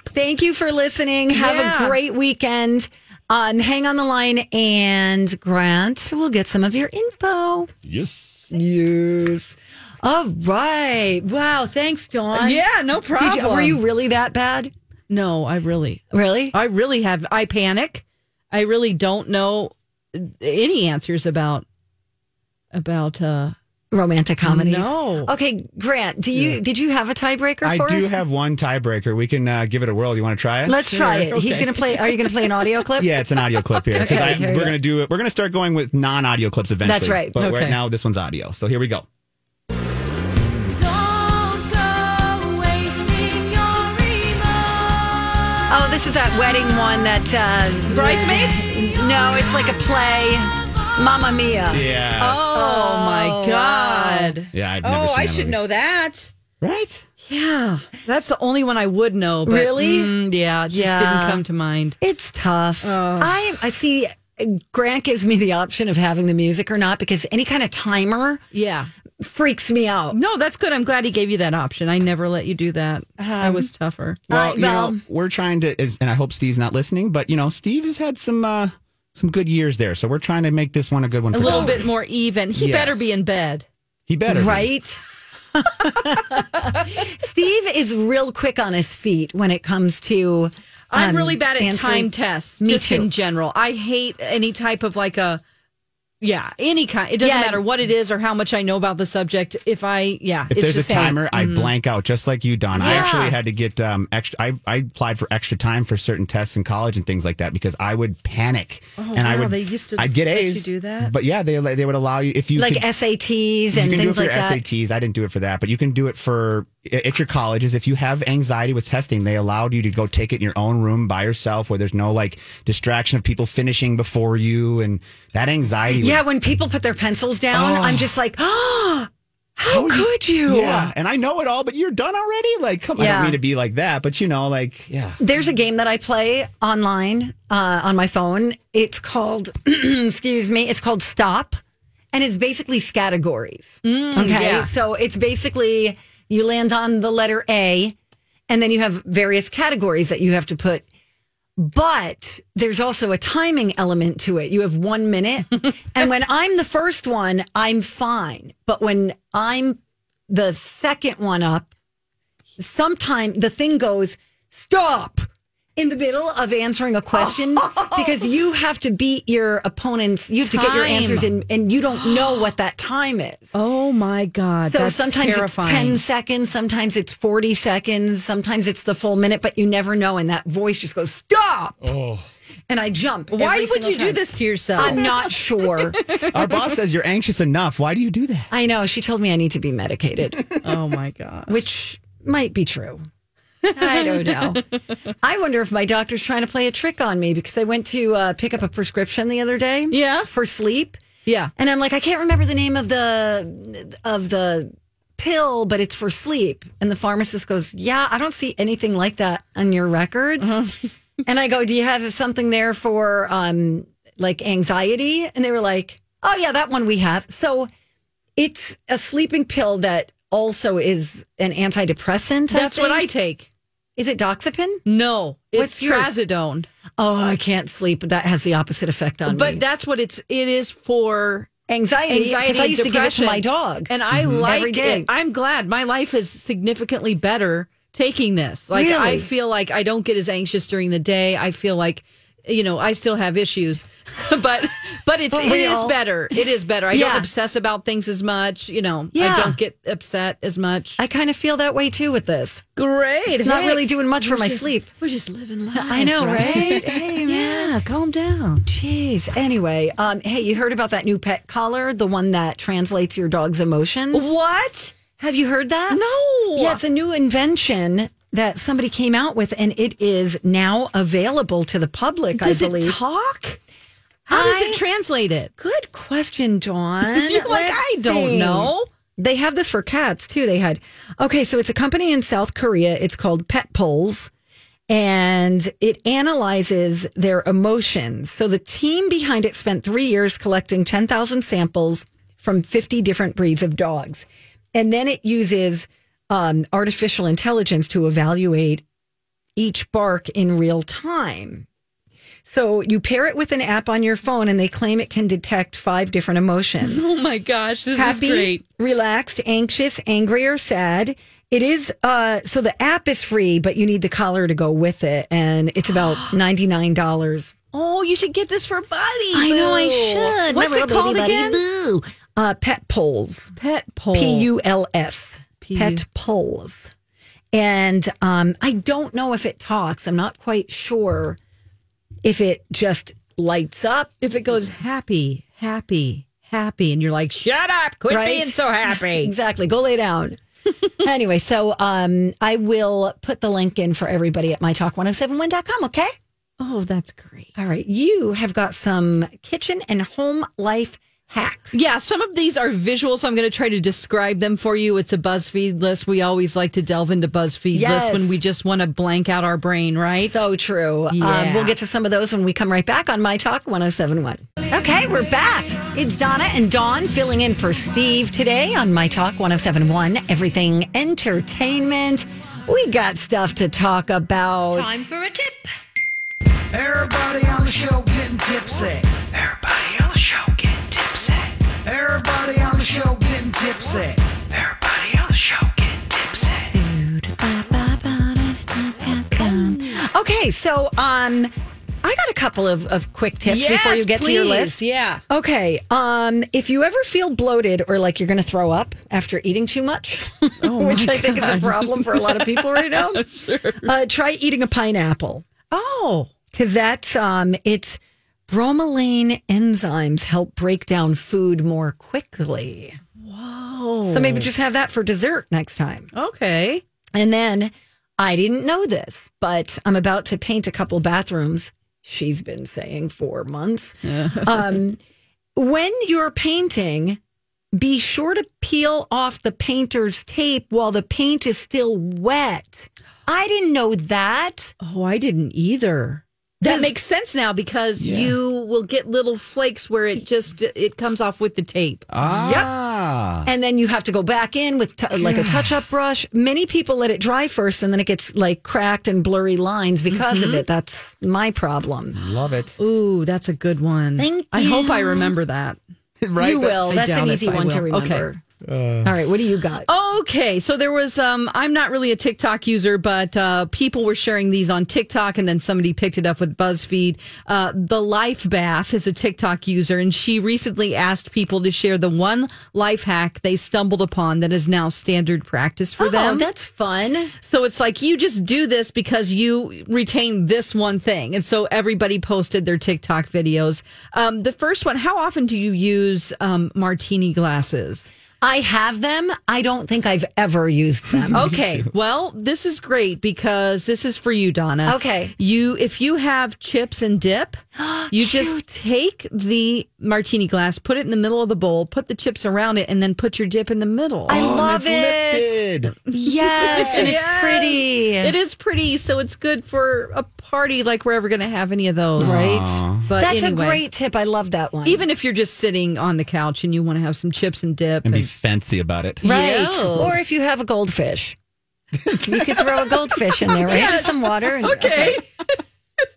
[SPEAKER 1] Thank you for listening. Have
[SPEAKER 5] Yeah.
[SPEAKER 1] a great weekend. Um, hang on the line, and Grant will get some of your info.
[SPEAKER 6] Yes.
[SPEAKER 1] Yes. All right. Wow. Thanks, Dawn.
[SPEAKER 5] Yeah, no
[SPEAKER 1] Did you,
[SPEAKER 5] problem. Uh,
[SPEAKER 1] were you really that bad?
[SPEAKER 5] No, I really,
[SPEAKER 1] Really?
[SPEAKER 5] I really have. I panic. I really don't know any answers about about uh
[SPEAKER 1] Romantic comedies.
[SPEAKER 5] No.
[SPEAKER 1] Okay, Grant. Do you did you have a tiebreaker
[SPEAKER 6] I
[SPEAKER 1] for
[SPEAKER 6] do
[SPEAKER 1] us?
[SPEAKER 6] have one tiebreaker. We can uh, give it a whirl. You want to try it?
[SPEAKER 1] Let's try it. He's
[SPEAKER 5] Okay.
[SPEAKER 1] going to play. Are you going to play an audio clip?
[SPEAKER 6] Yeah, it's an audio clip here because
[SPEAKER 5] Okay, here
[SPEAKER 6] we're
[SPEAKER 5] we go.
[SPEAKER 6] going to do it. We're going to start going with non-audio clips eventually.
[SPEAKER 1] That's right.
[SPEAKER 6] But
[SPEAKER 5] Okay.
[SPEAKER 6] right now, this one's audio. So here we go.
[SPEAKER 1] Oh, this is that wedding one that uh,
[SPEAKER 5] Bridesmaids?
[SPEAKER 1] No, it's like a play. Mamma Mia.
[SPEAKER 6] Yes.
[SPEAKER 5] Oh my God.
[SPEAKER 6] Yeah, I've never
[SPEAKER 5] Oh,
[SPEAKER 6] seen
[SPEAKER 5] I
[SPEAKER 6] that
[SPEAKER 5] should
[SPEAKER 6] movie.
[SPEAKER 5] know that.
[SPEAKER 6] Right?
[SPEAKER 5] Yeah, that's the only one I would know. But,
[SPEAKER 1] Really?
[SPEAKER 5] Mm, yeah, it just
[SPEAKER 1] Yeah.
[SPEAKER 5] didn't come to mind.
[SPEAKER 1] It's tough. I I see. Grant gives me the option of having the music or not because any kind of timer
[SPEAKER 5] Yeah.
[SPEAKER 1] freaks me out.
[SPEAKER 5] No, that's good. I'm glad he gave you that option. I never let you do that. I was tougher.
[SPEAKER 6] Well,
[SPEAKER 1] right,
[SPEAKER 6] you
[SPEAKER 1] well-
[SPEAKER 6] know, we're trying to, is- and I hope Steve's not listening, but you know, Steve has had some uh, some good years there, so we're trying to make this one a good one.
[SPEAKER 5] A
[SPEAKER 6] for
[SPEAKER 5] little
[SPEAKER 6] Dawn.
[SPEAKER 5] bit more even. He
[SPEAKER 6] Yes.
[SPEAKER 5] better be in bed.
[SPEAKER 6] He better, be.
[SPEAKER 1] Right? Steve is real quick on his feet when it comes to.
[SPEAKER 5] I'm
[SPEAKER 1] um,
[SPEAKER 5] really bad at
[SPEAKER 1] answering-
[SPEAKER 5] time tests,
[SPEAKER 1] Me
[SPEAKER 5] just
[SPEAKER 1] too.
[SPEAKER 5] in general. I hate any type of like a, yeah, any kind. It doesn't
[SPEAKER 1] Yeah.
[SPEAKER 5] matter what it is or how much I know about the subject. If I, yeah,
[SPEAKER 6] If
[SPEAKER 5] it's
[SPEAKER 6] there's a
[SPEAKER 5] just mm. saying-
[SPEAKER 6] timer, I blank out just like you, Don. I
[SPEAKER 1] Yeah.
[SPEAKER 6] actually had to get um, extra. I, I applied for extra time for certain tests in college and things like that because I would panic. Oh, and I
[SPEAKER 5] wow,
[SPEAKER 6] would,
[SPEAKER 5] they used to
[SPEAKER 6] I'd get
[SPEAKER 5] let you
[SPEAKER 6] A's.
[SPEAKER 5] do that?
[SPEAKER 6] But yeah, they they would allow you if you
[SPEAKER 1] Like
[SPEAKER 6] could-
[SPEAKER 1] SATs and
[SPEAKER 6] you can do it
[SPEAKER 1] things
[SPEAKER 6] for
[SPEAKER 1] like
[SPEAKER 6] your
[SPEAKER 1] that.
[SPEAKER 6] SATs. I didn't do it for that, but you can do it for at your colleges. If you have anxiety with testing, they allowed you to go take it in your own room by yourself, where there's no like distraction of people finishing before you, and that anxiety.
[SPEAKER 1] Yeah, when people put their pencils down, I'm just like, oh, how,
[SPEAKER 6] would-
[SPEAKER 1] could you?
[SPEAKER 6] Yeah, and I know it all, but you're done already. Like, come on, I
[SPEAKER 1] Yeah.
[SPEAKER 6] don't mean to be like that, but you know, like, yeah.
[SPEAKER 1] There's a game that I play online uh, on my phone. It's called, excuse me, it's called Stop, and it's basically categories. okay,
[SPEAKER 5] yeah.
[SPEAKER 1] so it's basically you land on the letter A, and then you have various categories that you have to put. But there's also a timing element to it. You have one minute, and when I'm the first one, I'm fine. But when I'm the second one up, sometime the thing goes stop in the middle of answering a question because you have to beat your opponents. You have to get your
[SPEAKER 5] Time.
[SPEAKER 1] answers in, and you don't know what that time is.
[SPEAKER 5] Oh my God.
[SPEAKER 1] So
[SPEAKER 5] that's
[SPEAKER 1] sometimes
[SPEAKER 5] terrifying.
[SPEAKER 1] it's 10 seconds, sometimes it's 40 seconds, sometimes it's the full minute, but you never know. And that voice just goes, stop.
[SPEAKER 6] Oh.
[SPEAKER 1] And I jump.
[SPEAKER 5] Why
[SPEAKER 1] every
[SPEAKER 5] would
[SPEAKER 1] single
[SPEAKER 5] you do
[SPEAKER 1] time.
[SPEAKER 5] this to yourself?
[SPEAKER 1] I'm not sure.
[SPEAKER 6] Our boss says you're anxious enough. Why do you do that?
[SPEAKER 1] I know. She told me I need to be medicated,
[SPEAKER 5] Oh my God.
[SPEAKER 1] which might be true. I don't know. I wonder if my doctor's trying to play a trick on me because I went to uh, pick up a prescription the other day.
[SPEAKER 5] Yeah.
[SPEAKER 1] For sleep.
[SPEAKER 5] Yeah.
[SPEAKER 1] And I'm like, I can't remember the name of the of the pill, but it's for sleep. And the pharmacist goes, Yeah, I don't see anything like that on your records.
[SPEAKER 5] Uh-huh.
[SPEAKER 1] and I go, Do you have something there for um like anxiety? And they were like, Oh yeah, that one we have. So it's a sleeping pill that also is an antidepressant.
[SPEAKER 5] That's what I
[SPEAKER 1] think.
[SPEAKER 5] take.
[SPEAKER 1] Is it doxepin?
[SPEAKER 5] No,
[SPEAKER 1] What's
[SPEAKER 5] it's
[SPEAKER 1] yours?
[SPEAKER 5] trazodone.
[SPEAKER 1] Oh, I can't sleep. That has the opposite effect on me.
[SPEAKER 5] But that's what it's it is for
[SPEAKER 1] anxiety,
[SPEAKER 5] anxiety.
[SPEAKER 1] anxiety I used to give it to
[SPEAKER 5] depression.
[SPEAKER 1] my dog. Mm-hmm.
[SPEAKER 5] and I like
[SPEAKER 1] Every day.
[SPEAKER 5] it. I'm glad my life is significantly better taking this. Like
[SPEAKER 1] Really?
[SPEAKER 5] I feel like I don't get as anxious during the day. I feel like you know I still have issues, but but it's
[SPEAKER 1] But
[SPEAKER 5] it
[SPEAKER 1] we
[SPEAKER 5] is
[SPEAKER 1] all-
[SPEAKER 5] better. It is better. I
[SPEAKER 1] Yeah.
[SPEAKER 5] don't obsess about things as much. You know,
[SPEAKER 1] Yeah.
[SPEAKER 5] I don't get upset as much.
[SPEAKER 1] I kind of feel that way too with this.
[SPEAKER 5] Great.
[SPEAKER 1] It's not really doing much for my sleep.
[SPEAKER 5] We're just living life.
[SPEAKER 1] I know, right?
[SPEAKER 5] hey, man. Yeah, calm down.
[SPEAKER 1] Jeez. Anyway, um, hey, you heard about that new pet collar, the one that translates your dog's emotions?
[SPEAKER 5] What?
[SPEAKER 1] Have you heard that?
[SPEAKER 5] No.
[SPEAKER 1] Yeah, it's a new invention that somebody came out with, and it is now available to the public.
[SPEAKER 5] Does
[SPEAKER 1] I
[SPEAKER 5] it
[SPEAKER 1] believe.
[SPEAKER 5] talk? How does
[SPEAKER 1] I-
[SPEAKER 5] it translate it?
[SPEAKER 1] Good question, Dawn.
[SPEAKER 5] You're like, "I don't know."
[SPEAKER 1] They have this for cats too. They had okay, so it's a company in South Korea. It's called Pet Polls, and it analyzes their emotions. So the team behind it spent three years collecting ten thousand samples from fifty different breeds of dogs, and then it uses um, artificial intelligence to evaluate each bark in real time. So you pair it with an app on your phone, and they claim it can detect five different emotions
[SPEAKER 5] Oh my gosh, this
[SPEAKER 1] happy,
[SPEAKER 5] is great.
[SPEAKER 1] relaxed, anxious, angry, or sad. It is uh, so the app is free, but you need the collar to go with it, and it's about ninety nine dollars.
[SPEAKER 5] Oh, you should get this for Buddy.
[SPEAKER 1] I know I
[SPEAKER 5] Boo.
[SPEAKER 1] should.
[SPEAKER 5] What's it called again?
[SPEAKER 1] Boo. Uh, pet polls.
[SPEAKER 5] Pet poll.
[SPEAKER 1] P U L S.
[SPEAKER 5] P U-
[SPEAKER 1] Pet polls. And um, I don't know if it talks. I'm not quite sure if it just lights up.
[SPEAKER 5] If it goes happy, happy, happy, and you're like, shut up, quit
[SPEAKER 1] Right?
[SPEAKER 5] being so happy.
[SPEAKER 1] Exactly. Go lay down. anyway, so um, I will put the link in for everybody at mytalk1071.com, okay?
[SPEAKER 5] oh, that's great.
[SPEAKER 1] All right. You have got some kitchen and home life hacks.
[SPEAKER 5] Yeah, some of these are visual, so I'm going to try to describe them for you. It's a BuzzFeed list. We always like to delve into BuzzFeed
[SPEAKER 1] Yes.
[SPEAKER 5] lists when we just want to blank out our brain, right?
[SPEAKER 1] So true. Um,
[SPEAKER 5] Yeah.
[SPEAKER 1] we'll get to some of those when we come right back on My Talk 1071. Okay, we're back. It's Donna and Dawn filling in for Steve today on My Talk 1071, Everything Entertainment. We got stuff to talk about.
[SPEAKER 11] for a tip.
[SPEAKER 2] Everybody on the show getting tipsy. Everybody on the show getting tipsy. Everybody on the show getting tipsy. Everybody on the show getting tipsy.
[SPEAKER 1] Okay, so um, I got a couple of, of quick tips
[SPEAKER 5] Yes,
[SPEAKER 1] before you get to your
[SPEAKER 5] please.
[SPEAKER 1] list.
[SPEAKER 5] Yeah.
[SPEAKER 1] Okay, um, if you ever feel bloated or like you're going to throw up after eating too much,
[SPEAKER 5] Oh
[SPEAKER 1] which I think is a problem for a lot of people right now, uh, try eating a pineapple
[SPEAKER 5] Oh.
[SPEAKER 1] because that's um, it's bromelain enzymes help break down food more quickly. Whoa! So maybe just have that for dessert next time.
[SPEAKER 5] Okay.
[SPEAKER 1] And then I didn't know this, but I'm about to paint a couple bathrooms. She's been saying for months. um, when you're painting, be sure to peel off the painter's tape while the paint is still wet. I didn't know that.
[SPEAKER 5] Oh, I didn't either. That makes sense now because you will get little flakes where it just it comes off with the tape.
[SPEAKER 6] Ah.
[SPEAKER 1] And then you have to go back in with t- like a touch up brush. Many people let it dry first and then it gets like cracked and blurry lines because
[SPEAKER 5] Mm-hmm.
[SPEAKER 1] of it. That's my problem.
[SPEAKER 6] Love it.
[SPEAKER 5] Ooh, that's a good one.
[SPEAKER 1] Thank
[SPEAKER 5] I hope I
[SPEAKER 1] you.
[SPEAKER 5] remember that.
[SPEAKER 6] right?
[SPEAKER 1] you
[SPEAKER 6] That-
[SPEAKER 1] will.
[SPEAKER 5] I
[SPEAKER 1] That's an
[SPEAKER 5] doubt
[SPEAKER 1] easy
[SPEAKER 5] if I
[SPEAKER 1] one to
[SPEAKER 5] will.
[SPEAKER 1] remember.
[SPEAKER 5] Okay. Uh. Oh, All right, what do you got? Okay, so there was um I'm not really a TikTok user, but uh people were sharing these on TikTok and then somebody picked it up with BuzzFeed. Uh The Life Bath is a TikTok user and she recently asked people to share the one life hack they stumbled upon that is now standard practice for
[SPEAKER 1] Oh,
[SPEAKER 5] them.
[SPEAKER 1] that's fun.
[SPEAKER 5] So it's like you just do this because you retain this one thing. And so everybody posted their TikTok videos. Um the first one, how often do you use um martini glasses?
[SPEAKER 1] I have them. I don't think I've ever used them.
[SPEAKER 5] Okay. Well, this is great because this is for you, Donna.
[SPEAKER 1] Okay.
[SPEAKER 5] You, if you have chips and dip, you just take the martini glass, put it in the middle of the bowl, put the chips around it, and then put your dip in the middle.
[SPEAKER 1] I love it. Yes, and it's
[SPEAKER 5] Yes.
[SPEAKER 1] pretty.
[SPEAKER 5] It is pretty, so it's good for a party like we're ever going to have any of those, right? But
[SPEAKER 1] That's
[SPEAKER 5] anyway,
[SPEAKER 1] a great tip. I love that one.
[SPEAKER 5] Even if you're just sitting on the couch and you want to have some chips and dip,
[SPEAKER 9] and be
[SPEAKER 5] and-
[SPEAKER 9] fancy about it.
[SPEAKER 1] right,
[SPEAKER 5] Yes.
[SPEAKER 1] or if you have a goldfish, you could throw a goldfish in there, right? Just some water. And,
[SPEAKER 5] okay.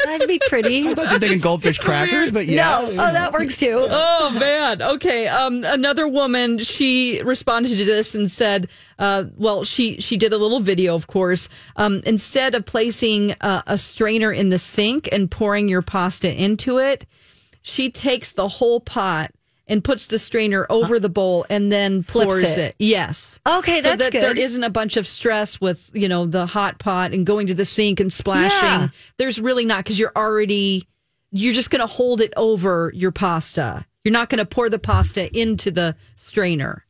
[SPEAKER 1] that'd be pretty.
[SPEAKER 6] I thought they're thinking goldfish crackers, but yeah.
[SPEAKER 1] No, oh, that works too.
[SPEAKER 5] Oh man. Okay. Um, another woman she responded to this and said, uh, "Well, she she did a little video, of course. Um, instead of placing uh, a strainer in the sink and pouring your pasta into it, she takes the whole pot." And puts the strainer over the bowl and then
[SPEAKER 1] Flips
[SPEAKER 5] pours
[SPEAKER 1] it.
[SPEAKER 5] it. Yes.
[SPEAKER 1] Okay,
[SPEAKER 5] So
[SPEAKER 1] that's
[SPEAKER 5] that There
[SPEAKER 1] good.
[SPEAKER 5] isn't a bunch of stress with you know the hot pot and going to the sink and splashing.
[SPEAKER 1] Yeah.
[SPEAKER 5] There's really not because you're already you're just going to hold it over your pasta. You're not going to pour the pasta into the strainer.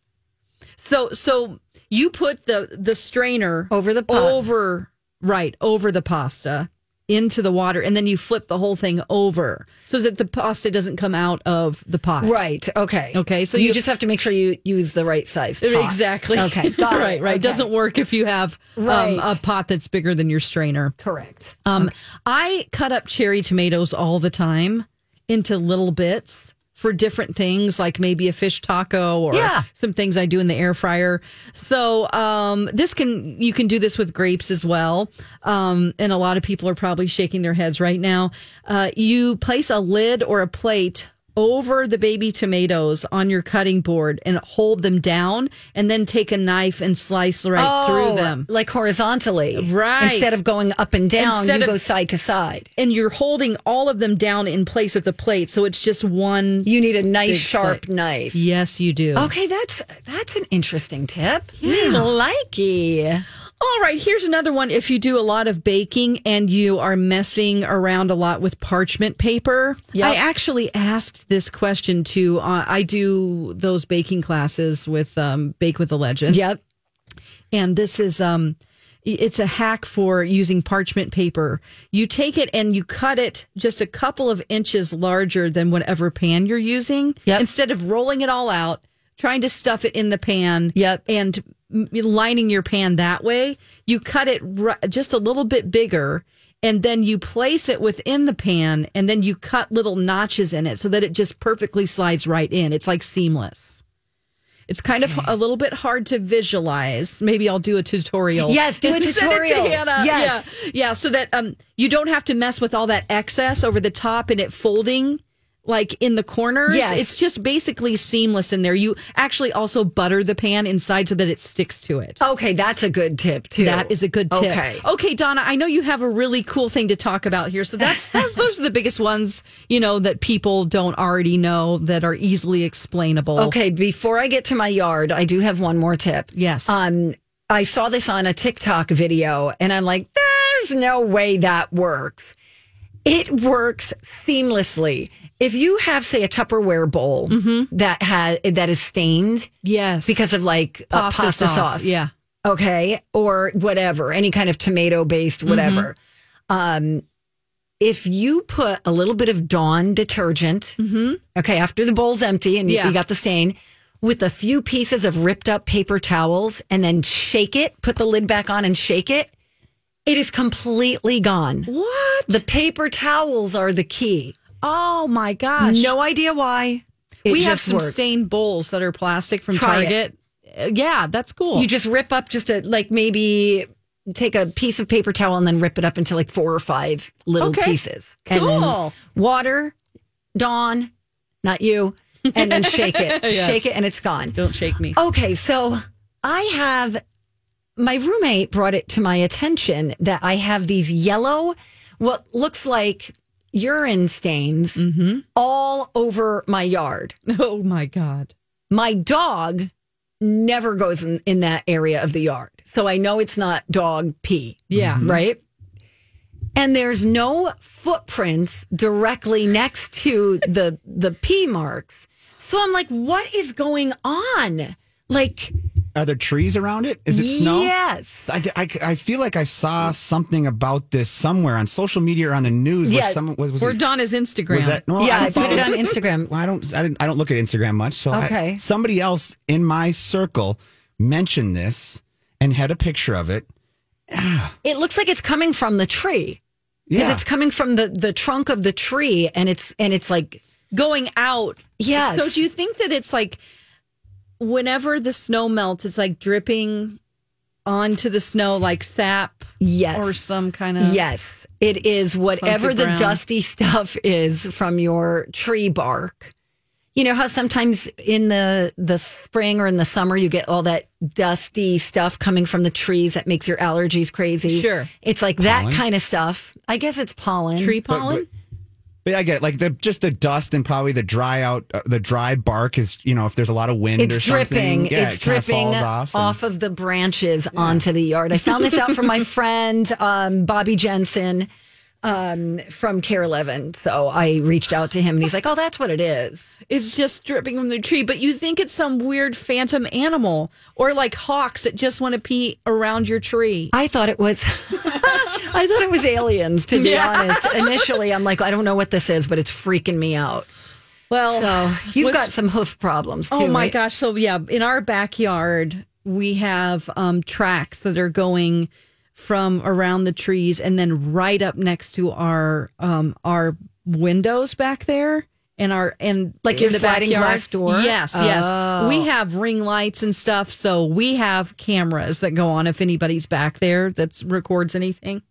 [SPEAKER 5] So so you put the the strainer
[SPEAKER 1] Over the pot.
[SPEAKER 5] over right over the pasta into the water and then you flip the whole thing over so that the pasta doesn't come out of the pot.
[SPEAKER 1] Right. Okay.
[SPEAKER 5] Okay, so
[SPEAKER 1] you,
[SPEAKER 5] you-
[SPEAKER 1] just have to make sure you use the right size. pot.
[SPEAKER 5] Exactly.
[SPEAKER 1] Okay. Got
[SPEAKER 5] right,
[SPEAKER 1] It.
[SPEAKER 5] right.
[SPEAKER 1] Okay.
[SPEAKER 5] Doesn't work if you have
[SPEAKER 1] Right.
[SPEAKER 5] um, a pot that's bigger than your strainer.
[SPEAKER 1] correct.
[SPEAKER 5] Um, I cut up cherry tomatoes all the time into little bits for different things, like maybe a fish taco or
[SPEAKER 1] Yeah.
[SPEAKER 5] some things I do in the air fryer. So um, this can you can do this with grapes as well. Um, and a lot of people are probably shaking their heads right now. Uh, you place a lid or a plate. Over the baby tomatoes on your cutting board and hold them down, and then take a knife and slice right
[SPEAKER 1] Oh,
[SPEAKER 5] through them.
[SPEAKER 1] like horizontally,
[SPEAKER 5] Right.
[SPEAKER 1] Instead of going up and down,
[SPEAKER 5] Instead
[SPEAKER 1] you
[SPEAKER 5] of-
[SPEAKER 1] go side to side.
[SPEAKER 5] and you're holding all of them down in place with the plate. So it's just one.
[SPEAKER 1] You need a nice
[SPEAKER 5] Big
[SPEAKER 1] sharp
[SPEAKER 5] plate.
[SPEAKER 1] knife.
[SPEAKER 5] Yes, you do.
[SPEAKER 1] Okay, that's that's an interesting tip. Likey.
[SPEAKER 5] All right. Here's another one. If you do a lot of baking and you are messing around a lot with parchment paper,
[SPEAKER 1] Yep.
[SPEAKER 5] I actually asked this question to, uh, I do those baking classes with um, Bake with a Legend.
[SPEAKER 1] Yep.
[SPEAKER 5] and this is um it's a hack for using parchment paper. You take it and you cut it just a couple of inches larger than whatever pan you're using.
[SPEAKER 1] Yep.
[SPEAKER 5] Instead of rolling it all out, trying to stuff it in the pan
[SPEAKER 1] Yep.
[SPEAKER 5] and m- lining your pan that way, you cut it r- just a little bit bigger and then you place it within the pan and then you cut little notches in it so that it just perfectly slides right in. It's like seamless. It's kind of a little bit hard to visualize. Maybe I'll do a tutorial.
[SPEAKER 1] Yes, do a
[SPEAKER 5] Send it to
[SPEAKER 1] tutorial.
[SPEAKER 5] Hannah.
[SPEAKER 1] Yes.
[SPEAKER 5] Yeah. yeah, so that um, you don't have to mess with all that excess over the top and it folding like in the corners.
[SPEAKER 1] Yes.
[SPEAKER 5] It's just basically seamless in there. You actually also butter the pan inside so that it sticks to it.
[SPEAKER 1] Okay, that's a good tip too.
[SPEAKER 5] That is a good tip.
[SPEAKER 1] Oh, Okay.
[SPEAKER 5] Okay, Donna, I know you have a really cool thing to talk about here. So that's, that's those are the biggest ones, you know, that people don't already know that are easily explainable.
[SPEAKER 1] Okay, before I get to my yard, I do have one more tip.
[SPEAKER 5] Yes.
[SPEAKER 1] Um, I saw this on a TikTok video and I'm like, there's no way that works. It works seamlessly. If you have, say, a Tupperware bowl
[SPEAKER 5] Mm-hmm.
[SPEAKER 1] that has that is stained
[SPEAKER 5] Yes.
[SPEAKER 1] because of like uh, pasta, sauce.
[SPEAKER 5] Yeah.
[SPEAKER 1] okay, or whatever, any kind of tomato
[SPEAKER 5] Mm-hmm.
[SPEAKER 1] based whatever. Um, if you put a little bit of Dawn detergent, okay, after the bowl's empty and you-
[SPEAKER 5] Mm-hmm. Yeah.
[SPEAKER 1] you got the stain, with a few pieces of ripped up paper towels and then shake it, put the lid back on and shake it, it is completely gone.
[SPEAKER 5] What?
[SPEAKER 1] The paper towels are the key.
[SPEAKER 5] oh my gosh.
[SPEAKER 1] No idea why. It
[SPEAKER 5] we have
[SPEAKER 1] just
[SPEAKER 5] some
[SPEAKER 1] works.
[SPEAKER 5] stained bowls that are plastic from
[SPEAKER 1] Try it.
[SPEAKER 5] Target. Uh, Yeah, that's cool.
[SPEAKER 1] You just rip up just a like maybe take a piece of paper towel and then rip it up into like four or five little
[SPEAKER 5] Okay.
[SPEAKER 1] pieces. And then
[SPEAKER 5] Cool.
[SPEAKER 1] water, Dawn, not you. and then shake it.
[SPEAKER 5] Yes.
[SPEAKER 1] Shake it and it's gone.
[SPEAKER 5] Don't shake me.
[SPEAKER 1] Okay, so I have my roommate brought it to my attention that I have these yellow, what looks like urine stains
[SPEAKER 5] Mm-hmm.
[SPEAKER 1] all over my yard.
[SPEAKER 5] Oh my God.
[SPEAKER 1] My dog never goes in, in that area of the yard. So I know it's not dog pee.
[SPEAKER 5] Yeah.
[SPEAKER 6] Mm-hmm.
[SPEAKER 1] Right? And there's no footprints directly next to the the pee marks. So I'm like, what is going on? Like
[SPEAKER 6] Are there trees around it? Is it snow?
[SPEAKER 1] Yes.
[SPEAKER 6] I, I, I feel like I saw something about this somewhere on social media or on the news. where
[SPEAKER 1] Yeah.
[SPEAKER 6] someone was, was
[SPEAKER 5] Or
[SPEAKER 6] it-
[SPEAKER 5] Donna's Instagram.
[SPEAKER 6] Was that no?
[SPEAKER 1] yeah,
[SPEAKER 6] I,
[SPEAKER 1] I put it on
[SPEAKER 6] Instagram.
[SPEAKER 1] Instagram.
[SPEAKER 6] Well, I don't. I, didn't, I don't look at Instagram much. So I-
[SPEAKER 1] Okay.
[SPEAKER 6] somebody else in my circle mentioned this and had a picture of it.
[SPEAKER 1] It looks like it's coming from the tree because
[SPEAKER 6] Yeah.
[SPEAKER 1] it's coming from the the trunk of the tree, and it's and it's like
[SPEAKER 5] Going out.
[SPEAKER 1] Yes.
[SPEAKER 5] So do you think that it's like whenever the snow melts, it's like dripping onto the snow like sap
[SPEAKER 1] yes
[SPEAKER 5] or some kind of.
[SPEAKER 1] yes, it is whatever
[SPEAKER 5] Funky
[SPEAKER 1] the
[SPEAKER 5] brown.
[SPEAKER 1] dusty stuff is from your tree bark. You know how sometimes in the the spring or in the summer you get all that dusty stuff coming from the trees that makes your allergies crazy.
[SPEAKER 5] Sure.
[SPEAKER 1] it's like that
[SPEAKER 6] Pollen?
[SPEAKER 1] kind of stuff. I guess it's pollen.
[SPEAKER 5] Tree pollen?
[SPEAKER 6] But I get it. like the just the dust and probably the dry out uh, the dry bark is you know if there's a lot of wind
[SPEAKER 1] It's
[SPEAKER 6] or
[SPEAKER 1] dripping.
[SPEAKER 6] something yeah,
[SPEAKER 1] it's
[SPEAKER 6] it kinda
[SPEAKER 1] dripping
[SPEAKER 6] falls
[SPEAKER 1] off,
[SPEAKER 6] off, and-
[SPEAKER 1] of the branches onto the yard. I found this out from my friend um, Bobby Jensen um, from Care Eleven. So I reached out to him, and he's like, "Oh, that's what it is."
[SPEAKER 5] It's just dripping from the tree, but you think it's some weird phantom animal or like hawks that just want to pee around your tree.
[SPEAKER 1] I thought it was. I thought it was aliens. To be honest, initially I'm like, I don't know what this is, but it's freaking me out.
[SPEAKER 5] Well,
[SPEAKER 1] So you've
[SPEAKER 5] was-
[SPEAKER 1] got some hoof problems. Too,
[SPEAKER 5] Oh my
[SPEAKER 1] right?
[SPEAKER 5] gosh. So yeah, in our backyard we have um tracks that are going from around the trees and then right up next to our um our windows back there and our and
[SPEAKER 1] Like
[SPEAKER 5] in
[SPEAKER 1] your
[SPEAKER 5] the
[SPEAKER 1] sliding
[SPEAKER 5] backyard.
[SPEAKER 1] glass door? Oh.
[SPEAKER 5] Yes, yes. We have ring lights and stuff, so we have cameras that go on if anybody's back there that records anything.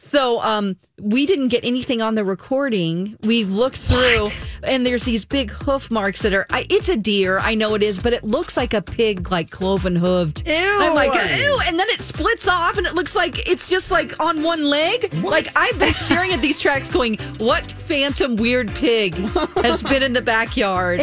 [SPEAKER 5] So um, we didn't get anything on the recording. We've looked through, and there's these big hoof marks that are. I, it's a deer, I know it is, but it looks like a pig, like cloven hooved. Ew! I'm like ew, and then it splits off, and it looks like it's just like on one leg. Like I've been staring at these tracks, going, "What phantom weird pig has been in the backyard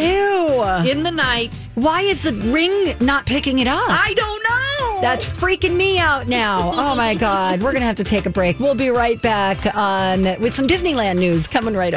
[SPEAKER 1] Ew!
[SPEAKER 5] in the night?"
[SPEAKER 1] Why is the ring not picking it up?
[SPEAKER 5] I don't know.
[SPEAKER 1] That's freaking me out now. Oh my God. We're going to have to take a break. We'll be right back um, with some Disneyland news coming right up.